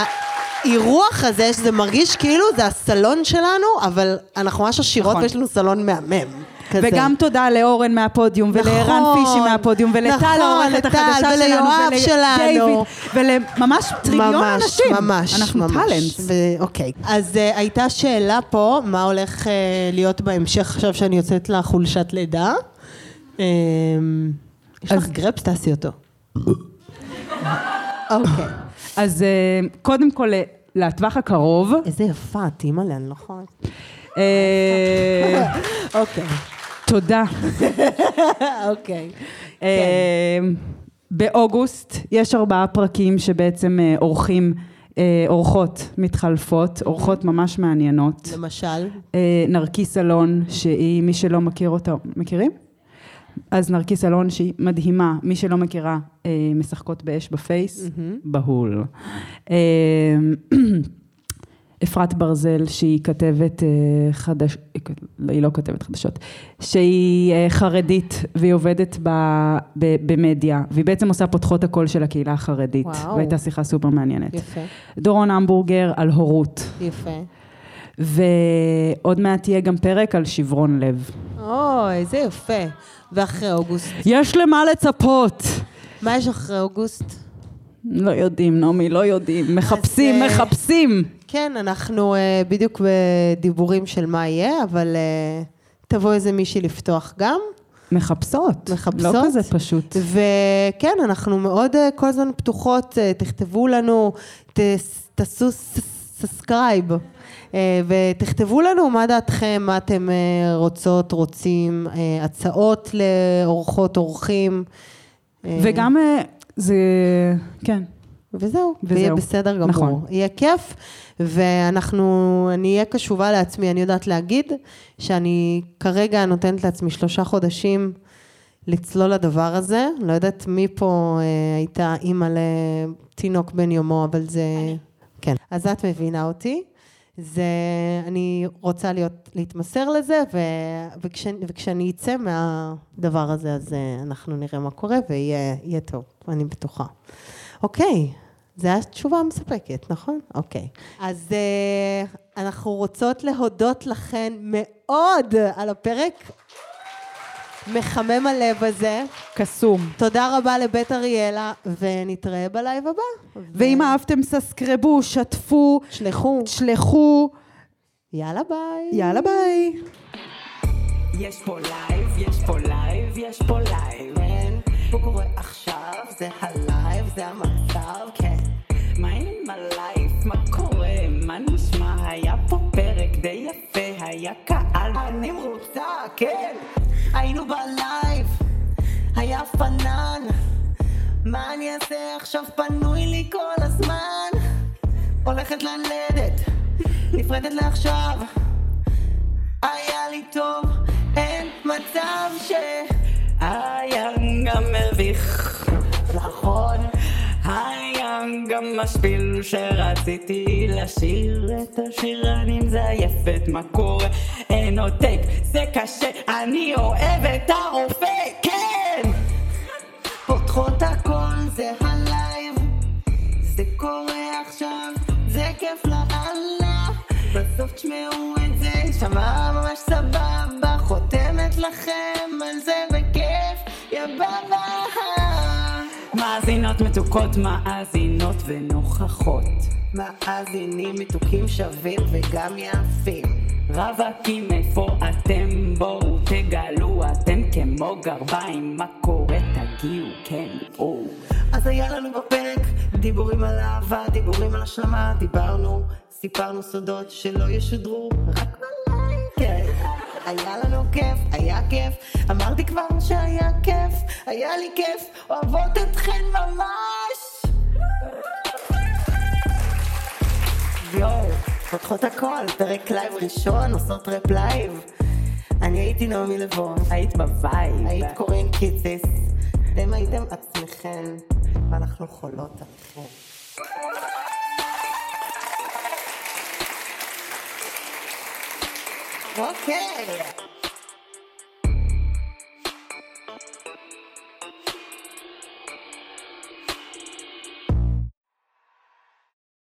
C: האירוח הזה, שזה מרגיש כאילו זה הסלון שלנו, אבל אנחנו ממש עשירות
D: נכון.
C: ויש לנו סלון מהמם. כזה.
D: וגם תודה לאורן מהפודיום, ולערן
C: נכון,
D: פישי מהפודיום, ולטל
C: נכון,
D: העורכת
C: לטל,
D: החדשה שלנו,
C: וליואב שלנו.
D: דיוויד, ולממש טריליון
C: ממש,
D: אנשים.
C: ממש,
D: אנחנו
C: ממש.
D: טאלנט.
C: ו- אוקיי. אז אה, הייתה שאלה פה, מה הולך אה, להיות בהמשך עכשיו שאני יוצאת לחולשת לידה? אה, יש לך גרפס, תעשי [laughs] אותו. אוקיי.
D: אז אה, קודם כל, אה, לטווח הקרוב,
C: איזה יפה, את אימא'לה, אני לא יכולה...
D: אה,
C: אוקיי, [laughs]
D: תודה.
C: כן. אוקיי.
D: אה, באוגוסט יש ארבעה פרקים שבעצם אה, אורחים, אה, אורחות מתחלפות, אורחות ממש מעניינות.
C: למשל,
D: אה, נרקיס אלון, שהיא, מי שלא מכיר אותה, מכירים? אז נרקיס אלון שהיא מדהימה, מי שלא מכירה, אה, משחקות באש בפייס, בהול. אה, [clears throat] אפרת ברזל שהיא כתבת אה, חדש... היא כת- היא לא כתבת חדשות, שהיא אה, חרדית והיא עובדת ב... ב... במדיה, והיא בעצם עושה פותחות הקול של הקהילה החרדית,
C: וואו.
D: והייתה שיחה סופר מעניינת.
C: יפה,
D: דורון המבורגר על הורות.
C: יפה.
D: ועוד מעט יהיה גם פרק על שברון לב.
C: אוי, זה יפה. ואחרי אוגוסט?
D: יש למה לצפות!
C: מה יש אחרי אוגוסט?
D: לא יודעים, נעמי, לא יודעים. מחפשים,
C: אה,
D: מחפשים!
C: כן, אנחנו אה, בדיוק בדיבורים של מה יהיה, אבל אה, תבוא איזה מישהי לפתוח גם.
D: מחפשות.
C: מחפשות.
D: לא כזה פשוט.
C: וכן, אנחנו מאוד אה, כל הזמן פתוחות, אה, תכתבו לנו, ת- תעשו סאסקרייב, אה, ותכתבו לנו מה דעתכם, מה אתם אה, רוצות, רוצים, אה, הצעות לאורחות, אורחים. אה,
D: וגם אה, זה... כן.
C: וזהו,
D: וזהו.
C: ויהיה בסדר גמור.
D: נכון.
C: נכון. יהיה כיף, ואנחנו, אני אהיה קשובה לעצמי, אני יודעת להגיד שאני כרגע נותנת לעצמי שלושה חודשים לצלול לדבר הזה. לא יודעת מי פה אה, הייתה אימא לתינוק בן יומו, אבל זה... אני. כן. אז את מבינה אותי. זה, אני רוצה להיות, להתמסר לזה, ו, וכש, וכשאני אצא מהדבר הזה, אז אה, אנחנו נראה מה קורה, ויהיה יהיה טוב, אני בטוחה. אוקיי, זו התשובה המספקת, נכון? אוקיי. אז אה, אנחנו רוצות להודות לכן מאוד על הפרק מחמם הלב הזה.
D: קסום.
C: תודה רבה לבית אריאלה, ונתראה בלייב הבא.
D: ואם אהבתם, ססקרבו, שתפו,
C: שלחו.
D: תשלחו.
C: יאללה ביי.
D: יאללה ביי.
G: יש פה לייב, יש פה לייב, יש פה לייב, כן. הוא קורה עכשיו, זה הלייב, זה המצב, כן. מה עם הלייב, מה קורה, מה נשמע? היה פה פרק די יפה, היה קהל, אני מרוצה, כן. היינו בלייב, היה פנן. מה אני אעשה עכשיו, פנוי לי כל הזמן. הולכת ללדת, נפרדת לעכשיו. היה לי טוב, אין מצב שהיה גם מביך, נכון, היה גם משפיל שרציתי לשיר את השיר, אני מזייפת מה קורה, אין עותק, זה קשה, אני אוהב את הרופא, כן! פותחות הכל, זה הלייב, זה קורה עכשיו, זה כיף לאללה. בסוף תשמעו את זה, שמע ממש סבבה, חותמת לכם על זה בכיף, יבבה. מאזינות מתוקות, מאזינות ונוכחות. מאזינים מתוקים שווים וגם יפים. רווקים איפה אתם? בואו תגלו, אתם כמו גרביים, מה קורה? תגיעו, כן, או. אז היה לנו בפרק דיבורים על אהבה, דיבורים על השלמה, דיברנו, סיפרנו סודות שלא ישודרו, רק בלילה, כן. היה לנו כיף, היה כיף, אמרתי כבר שהיה כיף, היה לי כיף, אוהבות אתכן ממש! יואו, פותחות הכל, פרק לייב ראשון, עושות רפ לייב. אני הייתי נעמי לבון. היית בבית. היית קורן קיציס. אתם הייתם עצמכם, ואנחנו חולות עליכם. אוקיי.